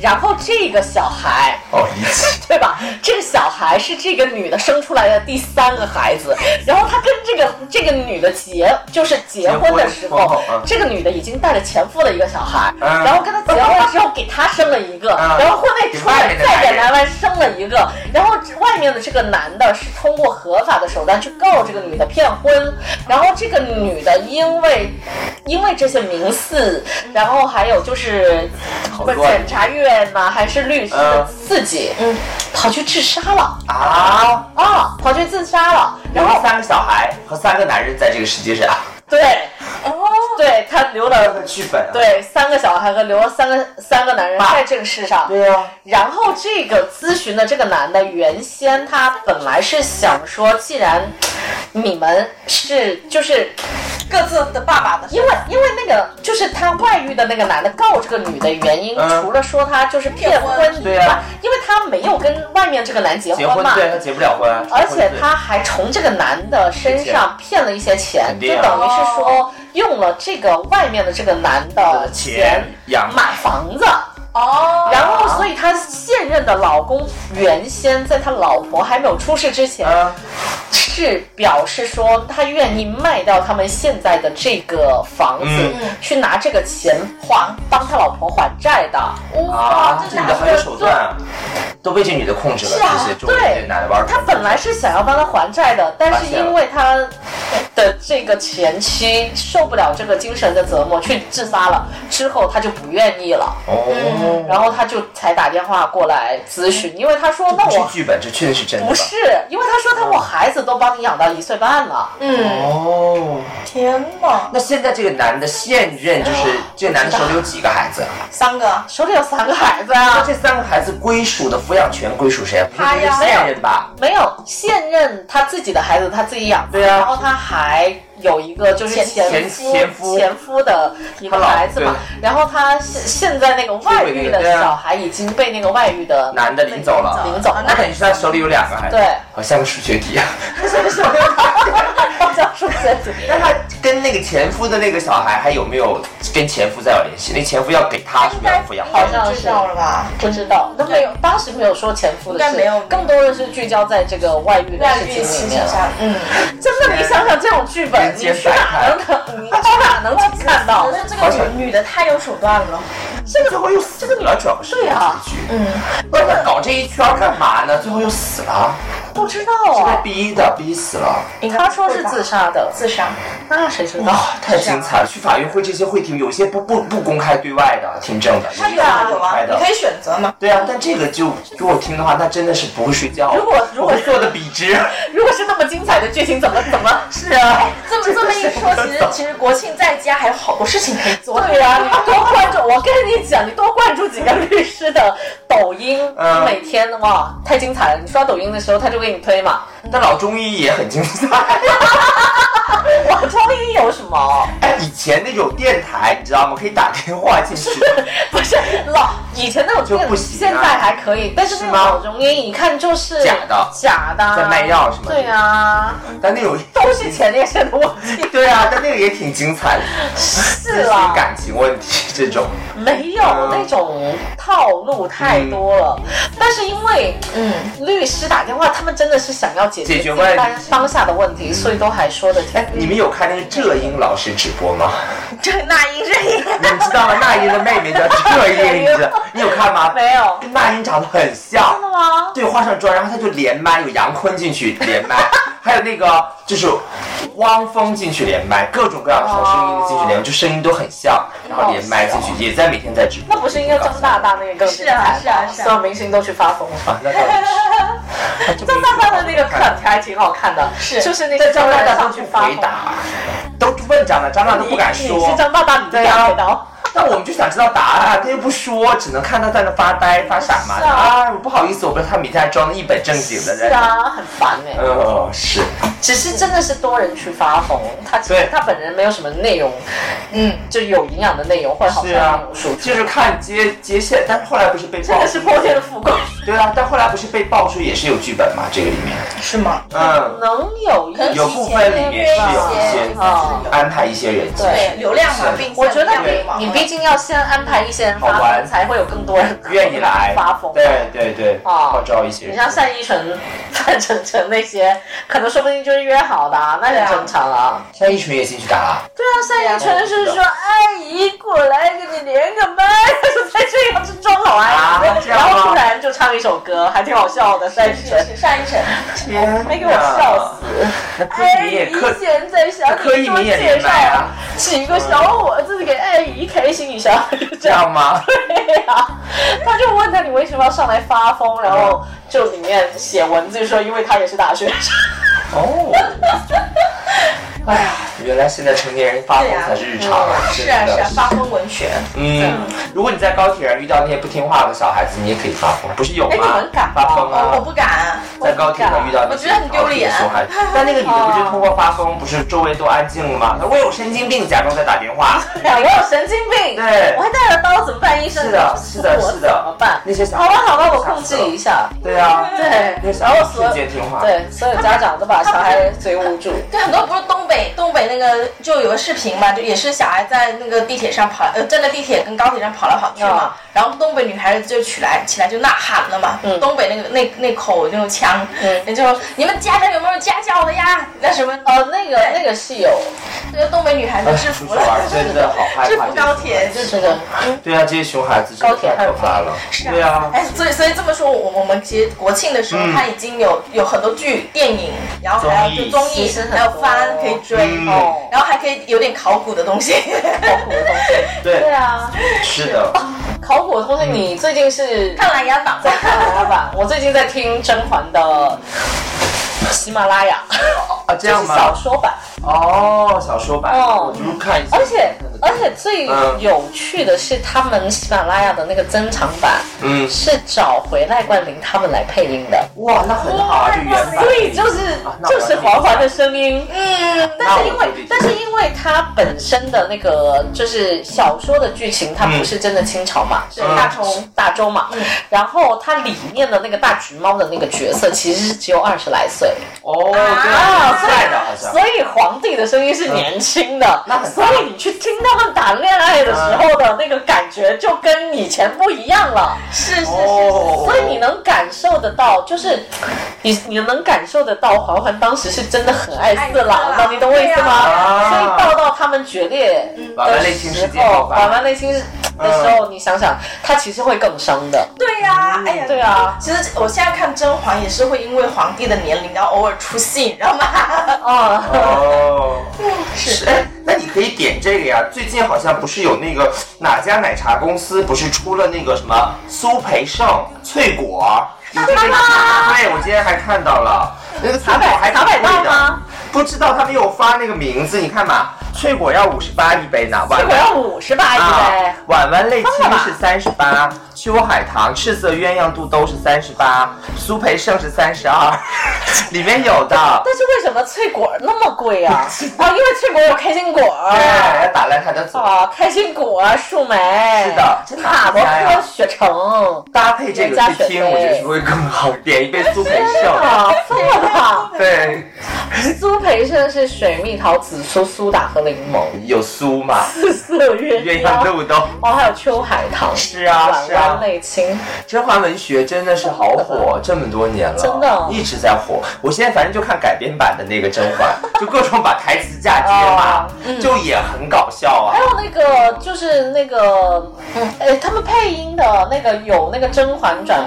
[SPEAKER 2] 然后这个小孩
[SPEAKER 1] 哦，一起，
[SPEAKER 2] 对吧？这个小孩是这个女的生出来的第三个孩子，然后她跟这个这个女的结，就是结婚的时
[SPEAKER 1] 结婚
[SPEAKER 2] 候
[SPEAKER 1] 后嗯，
[SPEAKER 2] 这个女的已经带了前夫的一个小孩，
[SPEAKER 1] 嗯
[SPEAKER 2] 然后跟他结婚之后给他生了一个，
[SPEAKER 1] 嗯
[SPEAKER 2] 然后婚内出
[SPEAKER 1] 给外
[SPEAKER 2] 来
[SPEAKER 1] 面的
[SPEAKER 2] 再
[SPEAKER 1] 男
[SPEAKER 2] 给
[SPEAKER 1] 人
[SPEAKER 2] 男外生了一个，然后外面的这个男的是通过合法的手段去告这个女的骗婚，然后这个女的因为因为这些民事，然后还有就是
[SPEAKER 1] 好
[SPEAKER 2] 不是
[SPEAKER 1] 乱
[SPEAKER 2] 检察院呐、还是律师的
[SPEAKER 1] 嗯
[SPEAKER 2] 刺激，嗯，跑去自杀了
[SPEAKER 1] 啊
[SPEAKER 2] 啊，跑去自杀了，然
[SPEAKER 1] 然后
[SPEAKER 2] 后
[SPEAKER 1] 三个小孩和三个男人在这个世界上，
[SPEAKER 2] 对
[SPEAKER 3] 哦，
[SPEAKER 2] 对，他留
[SPEAKER 1] 这
[SPEAKER 2] 了
[SPEAKER 1] 个剧本啊，
[SPEAKER 2] 对三个小孩和留了三个三个男人
[SPEAKER 1] 爸
[SPEAKER 2] 在这个世上，
[SPEAKER 1] 对啊呀，
[SPEAKER 2] 然后这个咨询的这个男的，原先他本来是想说，既然你们是就是
[SPEAKER 3] 各自的爸爸的
[SPEAKER 2] 因为因为那个就是他外遇的那个男的告这个女的原因，
[SPEAKER 1] 嗯
[SPEAKER 2] 除了说他就是骗婚以
[SPEAKER 1] 对
[SPEAKER 2] 外，
[SPEAKER 1] 啊
[SPEAKER 2] 因为他没有跟外面这个男结
[SPEAKER 1] 结婚
[SPEAKER 2] 嘛。
[SPEAKER 1] 对他啊结不了婚，
[SPEAKER 2] 而且
[SPEAKER 1] 对
[SPEAKER 2] 他还从这个男的身上骗了一些钱，
[SPEAKER 1] 肯
[SPEAKER 2] 就
[SPEAKER 1] 定啊
[SPEAKER 2] 等于是说用了这个外面的这个男的钱
[SPEAKER 1] 钱养
[SPEAKER 2] 买房子，
[SPEAKER 3] 哦，
[SPEAKER 2] 然后，所以她现任的老公原先在她老婆还没有出事之前，
[SPEAKER 1] 嗯
[SPEAKER 2] 是表示说他愿意卖掉他们现在的这个房子，
[SPEAKER 1] 嗯
[SPEAKER 2] 去拿这个钱还帮他老婆还债的。
[SPEAKER 3] 哇
[SPEAKER 1] 啊，，
[SPEAKER 3] 这
[SPEAKER 1] 这女
[SPEAKER 3] 男
[SPEAKER 1] 的
[SPEAKER 3] 的
[SPEAKER 1] 很有手段啊，都被这女的控制了，
[SPEAKER 3] 是啊
[SPEAKER 1] 这些中国这男的玩儿
[SPEAKER 2] 他本来是想要帮他还债的，但是因为他的这个前妻受不了这个精神的折磨，去自杀了。之后他就不愿意了，
[SPEAKER 1] 哦，
[SPEAKER 2] 然后他就才打电话过来咨询，因为他说那
[SPEAKER 1] 这
[SPEAKER 2] 我
[SPEAKER 1] 剧本这确实是真的吧
[SPEAKER 2] 不是，因为他说他我孩子都帮你养到一岁半了，
[SPEAKER 3] 嗯，
[SPEAKER 1] 哦，
[SPEAKER 3] 天哪，
[SPEAKER 1] 那现在这个男的现任
[SPEAKER 2] 哎
[SPEAKER 1] 就是这个男的手里有几个孩子？啊
[SPEAKER 3] 三个，
[SPEAKER 2] 手里有三个孩子
[SPEAKER 1] 那
[SPEAKER 2] 啊。
[SPEAKER 1] 这三个孩子归属的抚养权归属谁啊？不
[SPEAKER 3] 他
[SPEAKER 1] 是
[SPEAKER 3] 呀
[SPEAKER 1] 现任吧？
[SPEAKER 2] 没有现任他自己的孩子他自己养，
[SPEAKER 1] 对啊
[SPEAKER 2] 然后他还有一个就是
[SPEAKER 3] 前
[SPEAKER 2] 前
[SPEAKER 1] 前前夫
[SPEAKER 2] 前夫的一个孩子嘛
[SPEAKER 1] 他老，
[SPEAKER 2] 然后他现现在那个外遇的小孩已经被那个外遇的
[SPEAKER 1] 男的领走了，
[SPEAKER 2] 领走
[SPEAKER 1] 啊那
[SPEAKER 2] 了，
[SPEAKER 1] 等于是他手里有两个孩子。
[SPEAKER 2] 对
[SPEAKER 1] 好像个数学题啊。
[SPEAKER 2] 放教授先生
[SPEAKER 1] 那他跟那个前夫的那个小孩还有没有跟前夫再有联系？那前夫要给他什么样的抚养
[SPEAKER 2] 好
[SPEAKER 1] 费？
[SPEAKER 2] 像是
[SPEAKER 3] 知道了吧？
[SPEAKER 2] 不知道，那没有，当时没有说前夫的
[SPEAKER 3] 应该
[SPEAKER 2] 事，
[SPEAKER 3] 没有
[SPEAKER 2] 更多的是聚焦在这个外遇的
[SPEAKER 3] 外
[SPEAKER 2] 事
[SPEAKER 3] 遇
[SPEAKER 2] 情
[SPEAKER 3] 情
[SPEAKER 2] 里面
[SPEAKER 3] 形
[SPEAKER 2] 了。
[SPEAKER 3] 下，嗯，
[SPEAKER 2] 真的，你想想这种剧本，
[SPEAKER 1] 人
[SPEAKER 2] 你
[SPEAKER 1] 间
[SPEAKER 2] 去哪能你去哪能去看到
[SPEAKER 3] 可？是这个女女的太有手段了，
[SPEAKER 1] 这个最后又死了，主要是
[SPEAKER 2] 对啊
[SPEAKER 1] 这个
[SPEAKER 3] 嗯
[SPEAKER 1] 剧。不是他搞这一圈干嘛呢？最后又死了，
[SPEAKER 2] 不知道
[SPEAKER 3] 哦
[SPEAKER 1] 是被
[SPEAKER 2] 啊。
[SPEAKER 1] 逼的，逼死了。
[SPEAKER 3] 应该
[SPEAKER 2] 他说是自杀的，
[SPEAKER 3] 自杀，
[SPEAKER 2] 那谁知
[SPEAKER 3] 哦
[SPEAKER 2] 道？
[SPEAKER 1] 哇，啊太精彩了！
[SPEAKER 3] 啊
[SPEAKER 1] 去法院会这些会庭，有些不不不公开对外的，挺正的。
[SPEAKER 3] 他
[SPEAKER 1] 有
[SPEAKER 3] 有
[SPEAKER 1] 些
[SPEAKER 3] 啊
[SPEAKER 1] 是
[SPEAKER 3] 有
[SPEAKER 1] 公
[SPEAKER 3] 啊
[SPEAKER 1] 开，
[SPEAKER 3] 你
[SPEAKER 1] 的
[SPEAKER 3] 可。以选择嘛。
[SPEAKER 1] 对啊，但这个就给我听的话，那真的是不会睡觉。
[SPEAKER 2] 如果如果
[SPEAKER 1] 我会做的笔直，
[SPEAKER 2] 如果是那么精彩的剧情，怎么怎么？
[SPEAKER 1] 是啊，
[SPEAKER 3] 这么这么一说，其实其实国庆在家还有好多事情可以做。
[SPEAKER 2] 对呀、你多关注，我跟你讲，你多关注几个律师的抖音，
[SPEAKER 1] 嗯
[SPEAKER 2] 每天哇，太精彩了！你刷抖音的时候，他就给你推 嘛。
[SPEAKER 1] 但老中医也很精彩。
[SPEAKER 2] 哇，终于有什么？
[SPEAKER 1] 哎，以前那种电台，你知道吗？可以打电话进去。
[SPEAKER 2] 不是老以前那种
[SPEAKER 1] 就
[SPEAKER 2] 电
[SPEAKER 1] 不行啊
[SPEAKER 2] 现在还可以，但是那
[SPEAKER 1] 是吗
[SPEAKER 2] 种容音一看就是
[SPEAKER 1] 假的
[SPEAKER 2] 假的啊，
[SPEAKER 1] 在卖药是吗
[SPEAKER 2] 对啊，
[SPEAKER 1] 但那种
[SPEAKER 2] 都是前列腺的问题。
[SPEAKER 1] 对啊，但那个也挺精彩的，
[SPEAKER 2] 是
[SPEAKER 1] 这属于
[SPEAKER 2] 啊，
[SPEAKER 1] 感情问题这种。
[SPEAKER 2] 没有
[SPEAKER 1] 啊
[SPEAKER 2] 那种套路太多了，
[SPEAKER 1] 嗯
[SPEAKER 2] 但是因为
[SPEAKER 3] 嗯，
[SPEAKER 2] 律师打电话，他们真的是想要解决
[SPEAKER 1] 解决
[SPEAKER 2] 自己
[SPEAKER 1] 问题嗯
[SPEAKER 2] 当当下的问题，所以都还说的 挺
[SPEAKER 1] 哎，你们有看那个浙英老师直播吗？
[SPEAKER 3] 这那英这英，
[SPEAKER 1] 你们知道吗？那英的妹妹叫浙英，你知道？你有看吗？
[SPEAKER 2] 没有，
[SPEAKER 1] 跟那英长得很像
[SPEAKER 2] 真。的吗？
[SPEAKER 1] 对，化上妆，然后他就连麦，有杨坤进去连麦， 还有那个就是汪峰进去连麦，各种各样的好声音进去连麦，就声音都很像，然后连麦进去，也在每天在直播。
[SPEAKER 2] 那不是应该张大大那个更精彩吗
[SPEAKER 3] 是啊是啊是啊
[SPEAKER 2] 所有明星都去发疯了。
[SPEAKER 1] 啊？那当然是。张
[SPEAKER 2] 张大大的那个 cut 还挺好看的，
[SPEAKER 3] 是
[SPEAKER 2] 就是那
[SPEAKER 1] 在
[SPEAKER 2] 个
[SPEAKER 1] 张大大
[SPEAKER 2] 上
[SPEAKER 1] 上
[SPEAKER 2] 去
[SPEAKER 1] 去
[SPEAKER 2] 发
[SPEAKER 1] 回
[SPEAKER 2] 疯。
[SPEAKER 1] 答，都问张大，张大都不敢
[SPEAKER 2] 你是
[SPEAKER 1] 说。
[SPEAKER 2] 张大大，你不
[SPEAKER 1] 对啊
[SPEAKER 2] 敢回答。
[SPEAKER 1] 但我们就想知道答案，他又不说，只能看他在那发呆发傻嘛。
[SPEAKER 2] 是啊
[SPEAKER 1] 我不好意思，我不知道他每天还装的一本正经的
[SPEAKER 2] 是
[SPEAKER 1] 人。
[SPEAKER 2] 啊，很烦哎、
[SPEAKER 1] 嗯，是，
[SPEAKER 2] 只是真的是多人去发疯，他其实
[SPEAKER 1] 对
[SPEAKER 2] 他本人没有什么内容，
[SPEAKER 3] 嗯，
[SPEAKER 2] 就有营养的内容或者好看
[SPEAKER 1] 是
[SPEAKER 2] 的
[SPEAKER 1] 啊
[SPEAKER 2] 内容输，出，
[SPEAKER 1] 就是看接接线，但是后来不是被
[SPEAKER 2] 真
[SPEAKER 1] 爆
[SPEAKER 2] 的是破天的覆盖，
[SPEAKER 1] 对啊，但后来不是被爆出也是有剧本嘛，这个里面，
[SPEAKER 3] 是吗？
[SPEAKER 1] 嗯，
[SPEAKER 2] 能有一
[SPEAKER 3] 可能
[SPEAKER 1] 有部分里面是有一些
[SPEAKER 3] 一些
[SPEAKER 1] 安排一些人进去
[SPEAKER 3] 对流量嘛
[SPEAKER 1] 是，
[SPEAKER 3] 并
[SPEAKER 2] 我觉得
[SPEAKER 1] 对
[SPEAKER 2] 你你毕竟要先安排一些人
[SPEAKER 1] 好
[SPEAKER 2] 发
[SPEAKER 1] 玩
[SPEAKER 2] 疯，才会有更多人
[SPEAKER 1] 愿意来
[SPEAKER 2] 发疯。
[SPEAKER 1] 对对对，
[SPEAKER 2] 啊
[SPEAKER 1] 号召一些人。
[SPEAKER 2] 你像单依纯、范丞丞那些，可能说不定就是约好的、啊，那
[SPEAKER 3] 对
[SPEAKER 2] 很
[SPEAKER 3] 啊
[SPEAKER 2] 正常啊。
[SPEAKER 1] 像一群也进去打了，
[SPEAKER 2] 对啊，单依纯是说：“阿姨过来跟你连个麦。” 在这样是装好啊
[SPEAKER 1] 啊，这
[SPEAKER 2] 然
[SPEAKER 1] 样吗
[SPEAKER 2] 后突然就唱一首歌，还挺好笑的。单依
[SPEAKER 3] 是
[SPEAKER 2] 纯
[SPEAKER 3] 是单依纯，
[SPEAKER 1] 天
[SPEAKER 2] 哎没给我笑死。哎
[SPEAKER 1] 那柯
[SPEAKER 2] 阿
[SPEAKER 1] 以敏也
[SPEAKER 2] 姨
[SPEAKER 1] 柯
[SPEAKER 2] 现在想
[SPEAKER 1] 柯以
[SPEAKER 2] 你多
[SPEAKER 1] 敏也
[SPEAKER 2] 介
[SPEAKER 1] 连
[SPEAKER 2] 绍
[SPEAKER 1] 麦啊，
[SPEAKER 2] 几个小伙子给阿姨开心一下，就这
[SPEAKER 1] 这
[SPEAKER 2] 样。
[SPEAKER 1] 样吗？
[SPEAKER 2] 对呀、他就问他你为什么要上来发疯，然后
[SPEAKER 1] 啊
[SPEAKER 2] 就里面写文字说，因为他也是大学生。
[SPEAKER 1] 哦，哎呀，原来现在成年人发疯才是日常啊！
[SPEAKER 2] 嗯
[SPEAKER 3] 是啊
[SPEAKER 1] 真
[SPEAKER 3] 是
[SPEAKER 1] 的
[SPEAKER 3] 啊，发疯文学，
[SPEAKER 1] 嗯，如果你在高铁上遇到那些不听话的小孩子，你也可以发疯，不是有
[SPEAKER 2] 哎你
[SPEAKER 1] 吗
[SPEAKER 2] 们敢？哦
[SPEAKER 1] 发疯
[SPEAKER 3] 我我
[SPEAKER 1] 啊！
[SPEAKER 3] 不敢，
[SPEAKER 1] 在高铁上遇到那些
[SPEAKER 3] 我觉得很丢脸
[SPEAKER 1] 熊孩子，但那个女的不是通过发疯，不是周围都安静了吗？她说我有神经病，假装在打电 话。
[SPEAKER 2] 我有神经病，
[SPEAKER 1] 对
[SPEAKER 2] 我还带了刀，怎么办？医生
[SPEAKER 1] 是的是的
[SPEAKER 2] 我
[SPEAKER 1] 是的
[SPEAKER 2] 怎么办？
[SPEAKER 1] 那些小
[SPEAKER 2] 好吧，好吧，我控制一下。
[SPEAKER 1] 对啊，
[SPEAKER 2] 对
[SPEAKER 1] 那，小
[SPEAKER 2] 然
[SPEAKER 1] 孩
[SPEAKER 2] 后
[SPEAKER 1] 子
[SPEAKER 2] 所
[SPEAKER 1] 瞬间听话。
[SPEAKER 2] 对所有家长都把小孩嘴捂住。
[SPEAKER 3] 对，很多不是东北东北那个就有个视频嘛，就也是小孩在那个地铁上跑，呃，站在地铁跟高铁上跑来跑去嘛。
[SPEAKER 2] 啊
[SPEAKER 3] 然后东北女孩子就起来起来就呐喊了嘛，
[SPEAKER 2] 嗯
[SPEAKER 3] 东北那个那那口那种腔，
[SPEAKER 2] 嗯
[SPEAKER 3] 也就你们家长有没有家教的呀？那什么，
[SPEAKER 2] 哦，那个那个是有，
[SPEAKER 3] 这个东北女孩
[SPEAKER 1] 哎
[SPEAKER 3] 子制服
[SPEAKER 1] 出去玩
[SPEAKER 3] 了
[SPEAKER 1] 儿，真 的好害怕
[SPEAKER 3] 制服高铁就是
[SPEAKER 2] 的，
[SPEAKER 1] 对啊，这些熊孩子真的太可怕了。对啊，
[SPEAKER 3] 哎，所以所以这么说，我我们其实国庆的时候，
[SPEAKER 1] 嗯
[SPEAKER 3] 它已经有有很多剧、电影，然后还有就综
[SPEAKER 2] 其
[SPEAKER 3] 艺
[SPEAKER 2] 实很，多
[SPEAKER 3] 还有番可以追，
[SPEAKER 1] 嗯
[SPEAKER 2] 哦，
[SPEAKER 3] 然后还可以有点考古的东西。
[SPEAKER 2] 考古的东西。 对
[SPEAKER 1] 对，
[SPEAKER 2] 啊，
[SPEAKER 1] 是的，
[SPEAKER 2] 考古的东西，
[SPEAKER 1] 嗯
[SPEAKER 2] 你最近是
[SPEAKER 3] 看蓝牙党
[SPEAKER 2] 在看来吧，我最近在听甄嬛的喜马拉雅，
[SPEAKER 1] 啊，这
[SPEAKER 2] 就
[SPEAKER 1] 样
[SPEAKER 2] 是小
[SPEAKER 1] 吗？
[SPEAKER 2] 说版，
[SPEAKER 1] 哦，小说版，
[SPEAKER 2] 哦
[SPEAKER 1] 我就看一下。
[SPEAKER 2] 而且而且最有趣的是，他们喜马拉雅的那个增长版
[SPEAKER 1] 嗯，
[SPEAKER 2] 是找回赖冠霖他们来配音的，
[SPEAKER 1] 哇，那很好啊，这原版。
[SPEAKER 2] 所以就是
[SPEAKER 1] 啊那我
[SPEAKER 2] 就
[SPEAKER 1] 要
[SPEAKER 2] 是黄华的声音，嗯，但是因为
[SPEAKER 1] 那我就
[SPEAKER 2] 但是因为它本身的那个就是小说的剧情，它不是真的清朝嘛，
[SPEAKER 1] 嗯
[SPEAKER 2] 是
[SPEAKER 3] 对大虫
[SPEAKER 2] 大周嘛，然后它里面的那个大橘猫的那个角色其实是只有二十来岁，
[SPEAKER 1] 哦， 对啊，是帅的好像。嗯
[SPEAKER 2] 所以皇帝的声音是年轻的，
[SPEAKER 1] 那很
[SPEAKER 2] 所以你去听他们谈恋爱的时候的那个感觉就跟以前不一样了，
[SPEAKER 3] 是是是是，
[SPEAKER 1] 哦，
[SPEAKER 2] 所以你能感受得到，就是你你能感受得到环环当时是真的很爱四郎
[SPEAKER 3] 爱四
[SPEAKER 2] 的，
[SPEAKER 3] 郎
[SPEAKER 2] 你懂我意思吗？
[SPEAKER 3] 对
[SPEAKER 1] 啊
[SPEAKER 2] 所以到到他们决裂
[SPEAKER 1] 晚
[SPEAKER 2] 的
[SPEAKER 1] 安内心
[SPEAKER 2] 时
[SPEAKER 1] 世界
[SPEAKER 2] 候，
[SPEAKER 1] 爆
[SPEAKER 2] 晚
[SPEAKER 1] 发。
[SPEAKER 2] 安内心的时候，你想想，他其实会更伤的，
[SPEAKER 3] 对呀、哎呀，
[SPEAKER 2] 对。啊。
[SPEAKER 3] 其实我现在看甄嬛也是会因为皇帝的年龄，然后偶尔出戏，你知道吗？
[SPEAKER 2] 哦，
[SPEAKER 1] 哦，
[SPEAKER 3] 是
[SPEAKER 1] 哎，那你可以点这个呀。最近好像不是有那个哪家奶茶公司不是出了那个什么苏培盛翠果？有这个哎对，我今天还看到了。那个翠
[SPEAKER 2] 茶
[SPEAKER 1] 果
[SPEAKER 2] 百
[SPEAKER 1] 还
[SPEAKER 2] 茶
[SPEAKER 1] 挺
[SPEAKER 2] 百
[SPEAKER 1] 贵
[SPEAKER 2] 道
[SPEAKER 1] 的
[SPEAKER 2] 吗？
[SPEAKER 1] 不知道他们有发那个名字，你看嘛，翠果要五十八一杯呢，
[SPEAKER 2] 这
[SPEAKER 1] 婉
[SPEAKER 2] 个要五十吧，一杯
[SPEAKER 1] 啊。，婉婉泪
[SPEAKER 2] 哎疯了
[SPEAKER 1] 青
[SPEAKER 2] 吧
[SPEAKER 1] 是三十八，秋海棠、赤色鸳鸯肚都是三十八，苏培盛是三十二， 里面有的。
[SPEAKER 2] 但是为什么翠果那么贵 啊？啊，因为翠果有开心果儿。
[SPEAKER 1] 对，哎要打烂他的嘴。
[SPEAKER 2] 啊，开心果、树莓，
[SPEAKER 1] 是的真的
[SPEAKER 2] 塔
[SPEAKER 1] 好
[SPEAKER 2] 罗
[SPEAKER 1] 香呀
[SPEAKER 2] 科雪橙，
[SPEAKER 1] 搭配这个去听，我觉得是不是会更好？点一杯苏培盛，
[SPEAKER 2] 啊，疯了吧？
[SPEAKER 1] 对，
[SPEAKER 2] 苏培盛是水蜜桃、紫苏、苏打和柠檬，
[SPEAKER 1] 有苏嘛，
[SPEAKER 2] 四色
[SPEAKER 1] 鸳
[SPEAKER 2] 鸳
[SPEAKER 1] 鸯
[SPEAKER 2] 鸯。
[SPEAKER 1] 肚都。
[SPEAKER 2] 哦，还有秋海棠，
[SPEAKER 1] 是啊
[SPEAKER 2] 晚
[SPEAKER 1] 是啊
[SPEAKER 2] 安泪青，
[SPEAKER 1] 甄嬛文学真的是好火， 这么多年了，
[SPEAKER 2] 真的哦
[SPEAKER 1] 一直在火。我现在反正就看改编版的那个甄嬛，就各种把台词嫁接嘛
[SPEAKER 2] 哦，
[SPEAKER 1] 就也很搞笑啊
[SPEAKER 2] 还。有那个就是那个，呃，他们
[SPEAKER 1] 嗯
[SPEAKER 2] 配音的那个有那个甄嬛转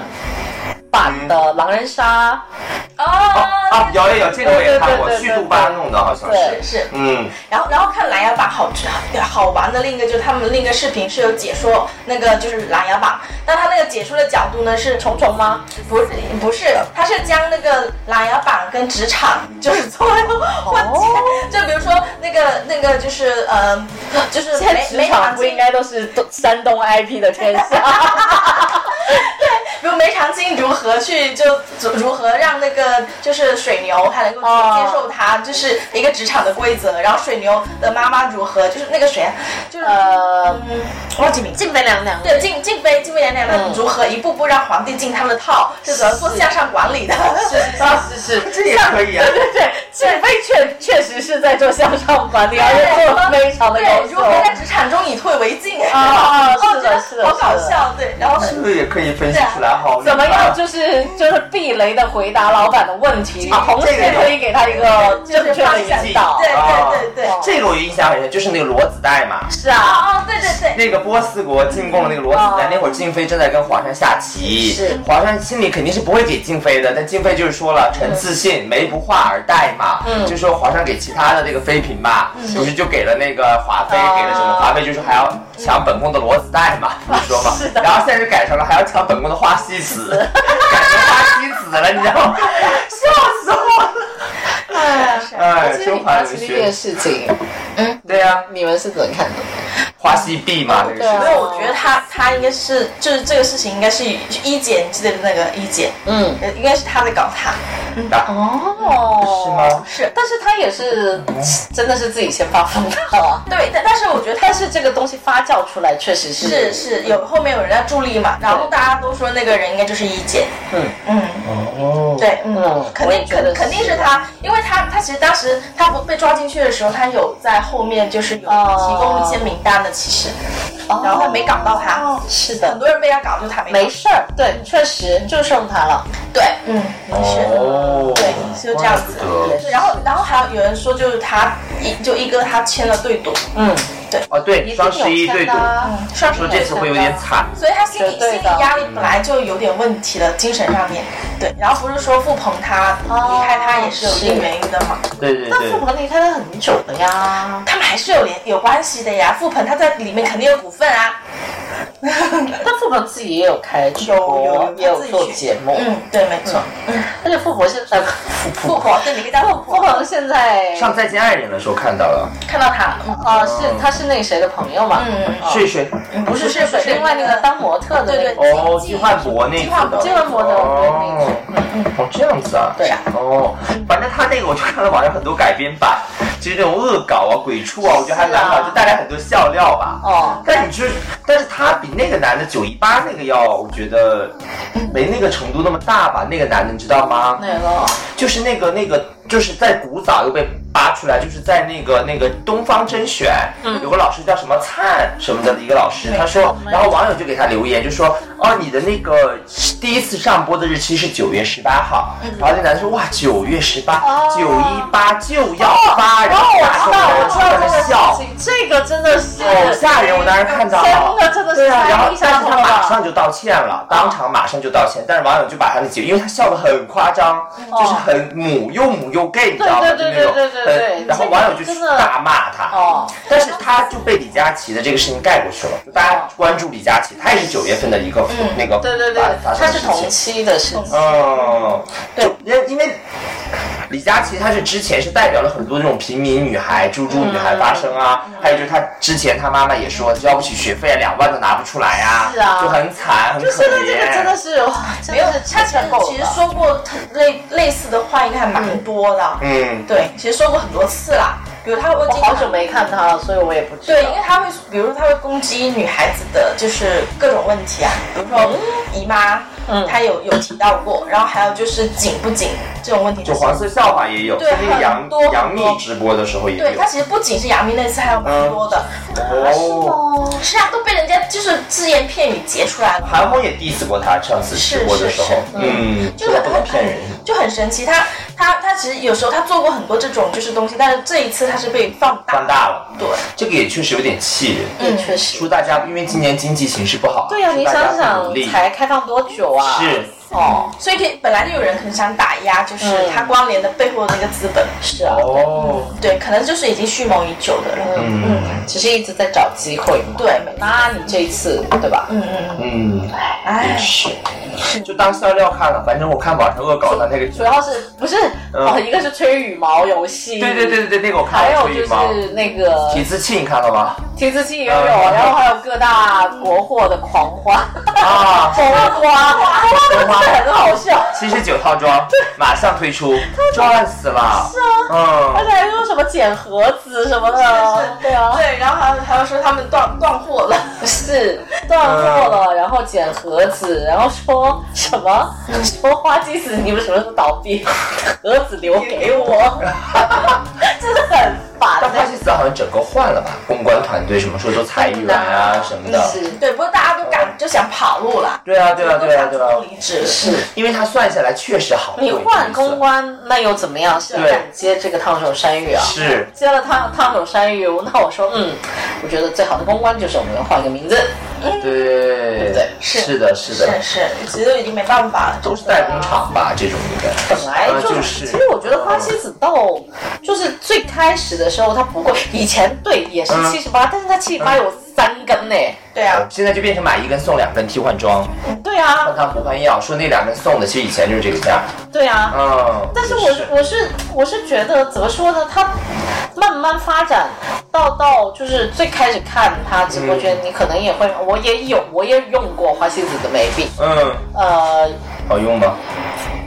[SPEAKER 2] 版的狼人杀，
[SPEAKER 3] 哦，
[SPEAKER 1] 啊，有有有，这个我也看过，
[SPEAKER 2] 对对对对
[SPEAKER 1] 去杜巴弄的，好像
[SPEAKER 2] 对
[SPEAKER 1] 是。
[SPEAKER 3] 是。
[SPEAKER 1] 嗯，
[SPEAKER 3] 然后，然后看《琅琊榜》好好玩的另一个就是他们另一个视频是有解说那个就是《琅琊榜》，但他那个解说的角度呢是
[SPEAKER 2] 虫虫吗？
[SPEAKER 3] 不是不是，他是将那个《琅琊榜》跟职场就是做了混
[SPEAKER 2] 哦
[SPEAKER 3] 结，就比如说那个那个就是呃就是
[SPEAKER 2] 现在
[SPEAKER 3] 梅
[SPEAKER 2] 职
[SPEAKER 3] 梅
[SPEAKER 2] 场
[SPEAKER 3] 长
[SPEAKER 2] 不应
[SPEAKER 3] 青，
[SPEAKER 2] 该都是东山东 IP 的天下？
[SPEAKER 3] 比如梅长青如何去就如何让那个就是水牛还能够
[SPEAKER 2] 哦
[SPEAKER 3] 接受他，就是一个职场的规则，然后水牛的妈妈如何就是那个谁啊，就是
[SPEAKER 2] 呃，
[SPEAKER 3] 嗯忘记名字。嗯
[SPEAKER 2] 静妃娘娘。
[SPEAKER 3] 对，敬敬妃、敬妃娘娘们如何一步步让皇帝进他们的套，是怎么做向上管理的？
[SPEAKER 2] 是是是，
[SPEAKER 1] 这也可以啊。
[SPEAKER 2] 对对，静妃确确实是在做向上管理，而且
[SPEAKER 3] 对
[SPEAKER 2] 做得非常的
[SPEAKER 3] 对
[SPEAKER 2] 优
[SPEAKER 3] 如何在
[SPEAKER 2] 秀。
[SPEAKER 3] 职场中以退为进？
[SPEAKER 2] 啊啊
[SPEAKER 3] 哦
[SPEAKER 2] 是 的是的
[SPEAKER 3] 好搞
[SPEAKER 2] 是的
[SPEAKER 3] 笑，对，然后哦
[SPEAKER 1] 这个也可以分析出来哈。
[SPEAKER 2] 啊怎么样？就是就是避雷的回答老板的问题，
[SPEAKER 1] 啊
[SPEAKER 2] 同时
[SPEAKER 1] 这个
[SPEAKER 2] 可以给他一个正确的
[SPEAKER 1] 就是
[SPEAKER 2] 引导。
[SPEAKER 3] 对对对对，
[SPEAKER 2] 哦
[SPEAKER 1] 这个我印象很深，就是那个裸子带嘛。
[SPEAKER 2] 是啊，
[SPEAKER 3] 哦，对对对，
[SPEAKER 1] 那个波斯国进贡了那个罗子
[SPEAKER 2] 哦
[SPEAKER 1] 丹，那会儿静妃正在跟皇上下棋，
[SPEAKER 2] 是嗯
[SPEAKER 1] 皇上心里肯定是不会给静妃的，但静妃就是说了，臣自信，梅不化而殆嘛，就说皇上给其他的这个妃嫔吧，不是就给了那个华妃，
[SPEAKER 2] 嗯哦
[SPEAKER 1] 给了什么华妃就说还要抢本宫的罗子带 嘛，不是说嘛，
[SPEAKER 2] 是的
[SPEAKER 1] 然后现在就改成了还要抢本宫的花西子，改成花西子了，你知 道吗？笑死我了！
[SPEAKER 3] 哎是
[SPEAKER 1] 哎，
[SPEAKER 2] 其实
[SPEAKER 1] 中
[SPEAKER 2] 你
[SPEAKER 1] 华
[SPEAKER 2] 拿
[SPEAKER 1] 文
[SPEAKER 2] 起这
[SPEAKER 1] 学，
[SPEAKER 2] 件事情，
[SPEAKER 1] 对呀、啊，
[SPEAKER 2] 你们是怎么看的？
[SPEAKER 1] 花西碧嘛，那个
[SPEAKER 2] 对啊
[SPEAKER 1] 是
[SPEAKER 3] 因。为我觉得他他应该是就是这个事情应该是一姐，你记得那个一姐，
[SPEAKER 2] 嗯，
[SPEAKER 3] 呃应该是他在搞他，
[SPEAKER 2] 啊
[SPEAKER 1] 是
[SPEAKER 2] 哦
[SPEAKER 1] 吗？
[SPEAKER 3] 是
[SPEAKER 2] 但是他也是，真的是自己先发疯的啊。
[SPEAKER 3] 对，但但是我觉得他
[SPEAKER 2] 但是这个东西发酵出来，确实是
[SPEAKER 3] 是是有后面有人在助力嘛，然后大家都说那个人应该就是一姐，
[SPEAKER 2] 嗯
[SPEAKER 3] 嗯。
[SPEAKER 1] 哦，
[SPEAKER 3] 对，嗯
[SPEAKER 2] 嗯，
[SPEAKER 3] 肯
[SPEAKER 2] 我也
[SPEAKER 3] 定
[SPEAKER 2] 觉得
[SPEAKER 3] 肯肯定
[SPEAKER 2] 是
[SPEAKER 3] 是他，因为他他其实当时他不被抓进去的时候，他有在后面就是有
[SPEAKER 2] 哦
[SPEAKER 3] 提供一些名单的，其实，
[SPEAKER 2] 哦
[SPEAKER 3] 然后他没搞到他，
[SPEAKER 2] 是
[SPEAKER 3] 很
[SPEAKER 2] 的，
[SPEAKER 3] 多人被他搞，就他没搞
[SPEAKER 2] 没事儿，对，确实就剩他了。
[SPEAKER 3] 对，嗯，没事。
[SPEAKER 1] 哦，
[SPEAKER 3] 对就这样子
[SPEAKER 1] 怪不得
[SPEAKER 3] 对然后，然后还有有人说，就是他一就一哥他签了对赌，
[SPEAKER 2] 嗯，
[SPEAKER 1] 哦，对，
[SPEAKER 2] 一定
[SPEAKER 1] 双十一
[SPEAKER 2] 有
[SPEAKER 1] 对
[SPEAKER 2] 签
[SPEAKER 1] 赌
[SPEAKER 2] 的，啊，
[SPEAKER 3] 嗯，算是
[SPEAKER 1] 说这次会有点惨。
[SPEAKER 3] 所以他心理
[SPEAKER 2] 绝
[SPEAKER 3] 心
[SPEAKER 2] 对
[SPEAKER 3] 理
[SPEAKER 2] 的
[SPEAKER 3] 压力本来就有点问题了，精神上面，对。然后不是说傅鹏他
[SPEAKER 2] 哦
[SPEAKER 3] 离开他也是有一定原因的嘛，
[SPEAKER 1] 对对
[SPEAKER 2] 嗯那父
[SPEAKER 1] 对，
[SPEAKER 2] 母离开他很久了呀，
[SPEAKER 3] 他们还是有联有关系的呀。傅鹏他在里面肯定有股份 啊。
[SPEAKER 2] 但父母自己也有开直播
[SPEAKER 3] 有，有
[SPEAKER 2] 也有做节目，
[SPEAKER 3] 嗯，对，没错。
[SPEAKER 2] 而且富婆现呃，
[SPEAKER 3] 富婆，对，你可以叫富
[SPEAKER 2] 富
[SPEAKER 3] 婆。
[SPEAKER 2] 婆现在
[SPEAKER 1] 上《再见爱人》的时候看到了，
[SPEAKER 3] 看到他了吗？
[SPEAKER 2] 啊是他是那谁的朋友嘛，
[SPEAKER 3] 嗯，
[SPEAKER 1] 睡睡，
[SPEAKER 3] 不是是
[SPEAKER 2] 是另外那个当模特的那
[SPEAKER 3] 对
[SPEAKER 2] 个
[SPEAKER 3] 对
[SPEAKER 1] 哦，季焕博那次的，
[SPEAKER 2] 季焕博的对那
[SPEAKER 1] 哦
[SPEAKER 2] 个，
[SPEAKER 1] 哦这样子啊，
[SPEAKER 2] 对
[SPEAKER 1] 哦，反正他那个我就看到网上很多改编版，就是那种恶搞啊、鬼畜啊，我觉得还蛮
[SPEAKER 2] 是
[SPEAKER 1] 好，
[SPEAKER 2] 啊
[SPEAKER 1] 就带来很多笑料吧。
[SPEAKER 2] 哦，
[SPEAKER 1] 但你就是，但是他比那个男的九一八那个要，我觉得没那个程度那么大吧。那个男的你知道吗？
[SPEAKER 2] 那个
[SPEAKER 1] 就是那个那个，就是在古早又被扒出来，就是在那个那个东方甄选，
[SPEAKER 2] 嗯
[SPEAKER 1] 有个老师叫什么灿什么的一个老师，他说，然后网友就给他留言，就说，哦，你的那个第一次上播的日期是九月十八号，
[SPEAKER 2] 嗯
[SPEAKER 1] 然后那男的说，哇，九月十八，九一八就要发，然后
[SPEAKER 2] 哦哦，我
[SPEAKER 1] 大众
[SPEAKER 2] 知道，我
[SPEAKER 1] 人
[SPEAKER 2] 知
[SPEAKER 1] 出
[SPEAKER 2] 道
[SPEAKER 1] 来
[SPEAKER 2] 这个
[SPEAKER 1] 了
[SPEAKER 2] 事
[SPEAKER 1] 笑。
[SPEAKER 2] 情，这个真的是
[SPEAKER 1] 好吓人！我当时看到了，
[SPEAKER 2] 真的真的是
[SPEAKER 1] 对啊，
[SPEAKER 2] 太
[SPEAKER 1] 然后
[SPEAKER 2] 印象
[SPEAKER 1] 但是他
[SPEAKER 2] 了啊吧
[SPEAKER 1] 马上就道歉了，当场马上就道歉，但是网友就把他的解，因为他笑得很夸张，就是很母又母又 gay，你知道吗？
[SPEAKER 2] 哦对
[SPEAKER 1] 就
[SPEAKER 2] 对
[SPEAKER 1] 那种
[SPEAKER 2] 对对对对
[SPEAKER 1] 呃然后网友就
[SPEAKER 2] 这个真的
[SPEAKER 1] 大骂他，
[SPEAKER 2] 哦，
[SPEAKER 1] 但是他就被李佳琦的这个事情盖过去了，就大家关注李佳琦，他也是九月份的一个那个
[SPEAKER 2] 哦嗯对对对
[SPEAKER 1] 发，发生
[SPEAKER 2] 他
[SPEAKER 1] 的
[SPEAKER 2] 是
[SPEAKER 1] 事
[SPEAKER 2] 同
[SPEAKER 1] 情，
[SPEAKER 2] 期的事情，
[SPEAKER 1] 嗯，对，因为因为李佳琦她是之前是代表了很多那种平民女孩、猪猪女孩发声啊，还有就是她之前她妈妈也说交不起学费啊，两万都拿不出来啊，
[SPEAKER 2] 是啊
[SPEAKER 1] 就很惨，很可
[SPEAKER 2] 就
[SPEAKER 1] 怜。
[SPEAKER 2] 现在这个真的是哇，真
[SPEAKER 3] 没有
[SPEAKER 2] 的是，
[SPEAKER 3] 他
[SPEAKER 2] 太
[SPEAKER 3] 其实
[SPEAKER 2] 残暴
[SPEAKER 3] 其实
[SPEAKER 2] 了。
[SPEAKER 3] 说过类类似的话，应该还蛮多的。哦
[SPEAKER 1] 嗯，
[SPEAKER 3] 对，其实说过很多次啦。比如他会
[SPEAKER 2] 我
[SPEAKER 3] 经
[SPEAKER 2] 好
[SPEAKER 3] 常
[SPEAKER 2] 久没看他了，所以我也不知道。
[SPEAKER 3] 对，因为他会，比如说他会攻击女孩子的就是各种问题啊，比如说姨妈，
[SPEAKER 2] 嗯
[SPEAKER 3] 他有有提到过，然后还有就是紧不紧这种问题，
[SPEAKER 1] 就黄色笑话也有，
[SPEAKER 3] 对
[SPEAKER 1] 那个杨
[SPEAKER 3] 很多
[SPEAKER 1] 杨幂直播的时候也
[SPEAKER 3] 对
[SPEAKER 1] 有
[SPEAKER 3] 他。其实不仅是杨幂那次，还有蛮多的，
[SPEAKER 1] 哦，
[SPEAKER 2] 哦，
[SPEAKER 3] 是啊，都被人家就是只言片语截出来了，
[SPEAKER 1] 韩红也 diss 过他上次直播的时候，
[SPEAKER 3] 是是是
[SPEAKER 1] 嗯，
[SPEAKER 3] 就
[SPEAKER 1] 说
[SPEAKER 3] 很
[SPEAKER 1] 不能
[SPEAKER 3] 很
[SPEAKER 1] 骗人。
[SPEAKER 3] 就很神奇。他他他其实有时候他做过很多这种就是东西，但是这一次他是被放大，
[SPEAKER 1] 放大了，
[SPEAKER 3] 对，
[SPEAKER 1] 这个也确实有点气人。
[SPEAKER 2] 对，确实。
[SPEAKER 1] 说大家，因为今年经济形势不好，
[SPEAKER 2] 对呀、
[SPEAKER 1] 说
[SPEAKER 2] 你
[SPEAKER 1] 大家
[SPEAKER 2] 想
[SPEAKER 1] 不努
[SPEAKER 2] 想
[SPEAKER 1] 力
[SPEAKER 2] 才开放多久啊？
[SPEAKER 1] 是，
[SPEAKER 2] 哦，
[SPEAKER 3] 嗯所以可以本来就有人很想打压，就是
[SPEAKER 2] 嗯
[SPEAKER 3] 它关联的背后的那个资本，
[SPEAKER 2] 是啊，
[SPEAKER 1] 哦，
[SPEAKER 3] 对，可能就是已经蓄谋已久的了。
[SPEAKER 1] 嗯
[SPEAKER 2] 只是一直在找机会嘛。
[SPEAKER 3] 对没错
[SPEAKER 2] 那你这一次对吧？
[SPEAKER 3] 嗯嗯，
[SPEAKER 1] 嗯，
[SPEAKER 3] 哎
[SPEAKER 1] 也，是，就当笑料看了，反正我看网上恶搞的那个，
[SPEAKER 2] 主要是不是、
[SPEAKER 1] 嗯
[SPEAKER 2] 哦？一个是吹羽毛游戏，
[SPEAKER 1] 对对对，对对，那个我看
[SPEAKER 2] 还
[SPEAKER 1] 了，
[SPEAKER 2] 有
[SPEAKER 1] 所以
[SPEAKER 2] 就
[SPEAKER 1] 嘛
[SPEAKER 2] 是那个
[SPEAKER 1] 提字器，你看了吗？
[SPEAKER 2] 提字器也有，
[SPEAKER 1] 嗯
[SPEAKER 2] 然后还有各大国货的狂欢，
[SPEAKER 1] 啊
[SPEAKER 2] 风花，风花很好笑。
[SPEAKER 1] 七十九套装马上推出，赚死了！
[SPEAKER 2] 而
[SPEAKER 1] 嗯，
[SPEAKER 2] 且还说什么捡盒子什么的，对啊，
[SPEAKER 3] 对，然后还有还有说他们断断货了，
[SPEAKER 2] 是断货了，然后捡盒子，然后说什么说花季子你们什么时候倒闭，盒子留给我，真的很
[SPEAKER 1] 但
[SPEAKER 2] 烦。
[SPEAKER 1] 花西子好像整个换了吧，公关团队什么时候都裁员啊什么的。
[SPEAKER 2] 是
[SPEAKER 3] 对，不过大家都赶就想跑路了，
[SPEAKER 1] 对啊，对啊，对啊，
[SPEAKER 3] 都
[SPEAKER 1] 对
[SPEAKER 3] 想
[SPEAKER 1] 啊
[SPEAKER 3] 主，动离职，
[SPEAKER 2] 是，
[SPEAKER 1] 因为他算下来确实好贵。
[SPEAKER 2] 你换公
[SPEAKER 1] 关
[SPEAKER 2] 关那又怎么样？是
[SPEAKER 1] 对
[SPEAKER 2] 敢接这个烫手山芋啊？
[SPEAKER 1] 是
[SPEAKER 2] 接了烫烫手山芋，那我说嗯，我觉得最好的公关就是我们换个名字。
[SPEAKER 1] 对，
[SPEAKER 2] 对
[SPEAKER 3] 是
[SPEAKER 1] 是的，是的
[SPEAKER 3] 是，是，其实都已经没办法了，
[SPEAKER 1] 都是代工厂吧，这种应该
[SPEAKER 2] 本来
[SPEAKER 1] 呃
[SPEAKER 2] 就
[SPEAKER 1] 就是
[SPEAKER 2] 其实我觉得花西子豆就是最开始的时候它不贵，以前对也是
[SPEAKER 1] 嗯
[SPEAKER 2] 七十八，但是它七十八有三根呢。
[SPEAKER 3] 对啊，
[SPEAKER 1] 现在就变成买一根送两根替换装，
[SPEAKER 2] 对啊
[SPEAKER 1] 换，汤不换药。说那两根送的，其实以前就是这个价。
[SPEAKER 2] 对啊。
[SPEAKER 1] 嗯，
[SPEAKER 2] 但是我是我是我是觉得怎么说呢？它慢慢发展到到就是最开始看它直播间，你可能也会，我也有我也用过花西子的眉笔，
[SPEAKER 1] 嗯，
[SPEAKER 2] 呃，
[SPEAKER 1] 好用吗？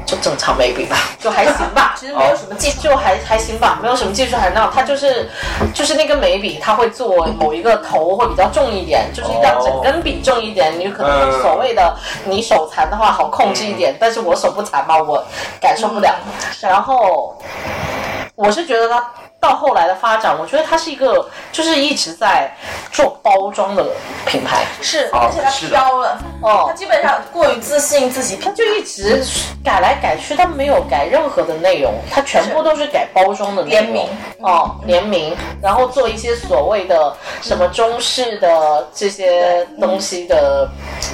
[SPEAKER 2] 就正常眉笔吧，就还行吧。
[SPEAKER 3] 其实没有什么技术，
[SPEAKER 2] 就还还行吧，没有什么技术含量。它就是就是那根眉笔，它会做某一个头会比较重一点，就是让整根笔重一点。你可能
[SPEAKER 1] 嗯
[SPEAKER 2] 所谓的你手残的话好控制一点，但是我手不残嘛，我感受不了。然后我是觉得它。到后来的发展，我觉得它是一个，就是一直在做包装的品牌，
[SPEAKER 3] 是，
[SPEAKER 1] 哦
[SPEAKER 3] 而且他
[SPEAKER 1] 是的
[SPEAKER 3] 飘了，
[SPEAKER 2] 哦
[SPEAKER 3] 他基本上过于自信自己，
[SPEAKER 2] 它就一直改来改去，它没有改任何的内容，它全部都是改包装的内容
[SPEAKER 3] 联名
[SPEAKER 2] 哦，联名，然后做一些所谓的什么中式的这些东西的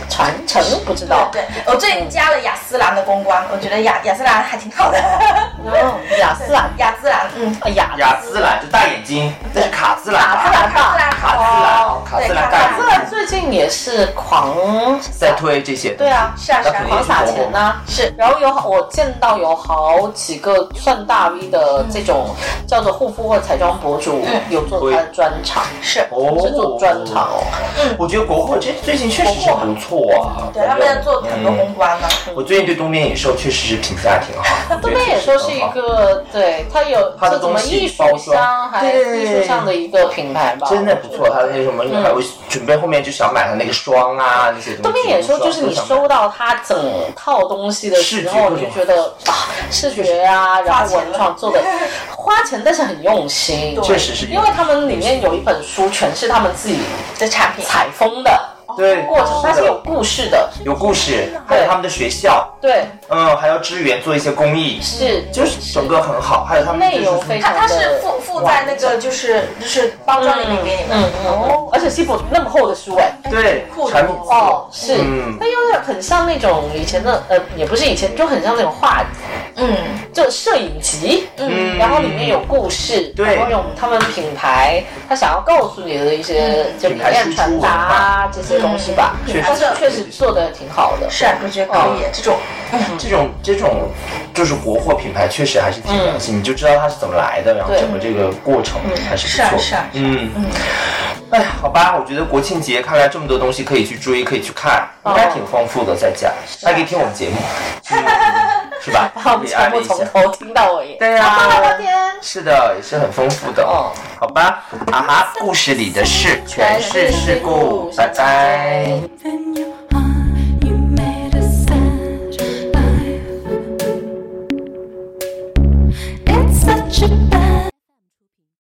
[SPEAKER 2] 传承，不知道。
[SPEAKER 3] 对，我最近加了雅诗兰的公关，我觉得雅雅诗兰还挺好的。
[SPEAKER 2] 嗯，雅诗兰，
[SPEAKER 3] 雅诗兰，嗯，
[SPEAKER 2] 啊雅
[SPEAKER 1] 雅诗兰就大眼睛，那是卡姿兰吧？
[SPEAKER 2] 卡姿兰
[SPEAKER 3] 卡姿兰
[SPEAKER 1] 卡姿兰哦卡姿兰
[SPEAKER 3] 对
[SPEAKER 1] 大
[SPEAKER 2] 雅诗
[SPEAKER 1] 眼睛
[SPEAKER 2] 兰最近也是狂
[SPEAKER 1] 在推这些。
[SPEAKER 2] 对啊，
[SPEAKER 3] 是啊是
[SPEAKER 1] 那
[SPEAKER 3] 啊
[SPEAKER 1] 肯，定
[SPEAKER 2] 狂
[SPEAKER 1] 是
[SPEAKER 2] 撒
[SPEAKER 1] 公
[SPEAKER 2] 钱
[SPEAKER 1] 公
[SPEAKER 2] 呐、
[SPEAKER 3] 是啊
[SPEAKER 2] 然后有好，我见到有好几个算大 V 的这种叫做护肤或彩妆博主，
[SPEAKER 3] 嗯
[SPEAKER 2] 有做他的专场，
[SPEAKER 3] 是，啊
[SPEAKER 1] 哦嗯
[SPEAKER 2] 是做专场哦。
[SPEAKER 1] 我觉得国货这最近确实是不错啊，
[SPEAKER 3] 对，他们在做很多公
[SPEAKER 1] 嗯
[SPEAKER 3] 关呢。
[SPEAKER 1] 我最近对东边野兽确实是评价挺好，
[SPEAKER 2] 东边野兽是一个，对，它有
[SPEAKER 1] 它的
[SPEAKER 2] 这怎么
[SPEAKER 1] 东西
[SPEAKER 2] 艺术
[SPEAKER 1] 包
[SPEAKER 2] 上
[SPEAKER 1] 装
[SPEAKER 2] 还
[SPEAKER 1] 对
[SPEAKER 2] 艺术上的一个品牌吧，
[SPEAKER 1] 真的不错。它的那什么，我准备后面就想买它那个霜啊那些东西。
[SPEAKER 2] 嗯东边野兽就是你收到它整套东西的时候，
[SPEAKER 1] 视
[SPEAKER 2] 你
[SPEAKER 1] 觉
[SPEAKER 2] 就觉得啊，视觉啊，然后文创做的花钱，但是很用心，
[SPEAKER 1] 确实是
[SPEAKER 2] 因为他们里面有一本书，全是他们自己
[SPEAKER 3] 的产品，
[SPEAKER 2] 采风的
[SPEAKER 1] 哦对
[SPEAKER 2] 过程，它是有故事的，
[SPEAKER 1] 有故事，还有他们的学校，
[SPEAKER 2] 对，
[SPEAKER 1] 嗯，还要支援做一些公益，
[SPEAKER 2] 是
[SPEAKER 1] 就是整个很好。还有他们
[SPEAKER 2] 内容非
[SPEAKER 1] 常
[SPEAKER 2] 常
[SPEAKER 3] 它
[SPEAKER 2] 的，
[SPEAKER 3] 它是附附在那个就是就是包装里面给你
[SPEAKER 2] 嗯
[SPEAKER 3] 们，
[SPEAKER 2] 嗯，
[SPEAKER 1] 哦
[SPEAKER 2] 嗯而且是一本那么厚的书哎，
[SPEAKER 1] 嗯对
[SPEAKER 3] 酷的
[SPEAKER 1] 产品
[SPEAKER 2] 哦，是，
[SPEAKER 1] 嗯
[SPEAKER 2] 它有点很像那种以前的，呃，也不是以前，就很像那种画，
[SPEAKER 3] 嗯，
[SPEAKER 2] 就摄影集，嗯，然后里面有故事，
[SPEAKER 1] 对
[SPEAKER 2] 然后有他们品牌，他想要告诉你的一些，就
[SPEAKER 1] 嗯
[SPEAKER 2] 理
[SPEAKER 1] 品牌
[SPEAKER 2] 念
[SPEAKER 1] 输出
[SPEAKER 2] 传达啊这些东西吧，
[SPEAKER 1] 嗯
[SPEAKER 2] 但是
[SPEAKER 3] 确实
[SPEAKER 2] 确实做的挺好的，
[SPEAKER 3] 是，啊我觉得可
[SPEAKER 1] 哦
[SPEAKER 3] 以这种，
[SPEAKER 1] 这种这种就是国货品牌，确实还是挺良心，你就知道它是怎么来的，然后
[SPEAKER 2] 嗯对嗯
[SPEAKER 1] 整个这个过程还是
[SPEAKER 3] 是啊
[SPEAKER 1] 不错。
[SPEAKER 3] 是啊是啊
[SPEAKER 1] 嗯哎呀，好吧，我觉得国庆节看来这么多东西可以去追，可以去看，
[SPEAKER 2] 哦
[SPEAKER 1] 应该挺丰富的，在家
[SPEAKER 2] 啊
[SPEAKER 1] 还可以听我们节目，是 吧？
[SPEAKER 2] 把我们
[SPEAKER 1] 可以
[SPEAKER 2] 节
[SPEAKER 1] 安利
[SPEAKER 2] 目
[SPEAKER 1] 一下
[SPEAKER 2] 从。头听到尾，
[SPEAKER 1] 对啊呀、
[SPEAKER 2] 天，
[SPEAKER 1] 是的，也是很丰富的
[SPEAKER 2] 哦
[SPEAKER 1] 哦。好吧，啊哈，故事里的事全是事故，拜拜。
[SPEAKER 4] And you are, you made a sad life. It's such a bad.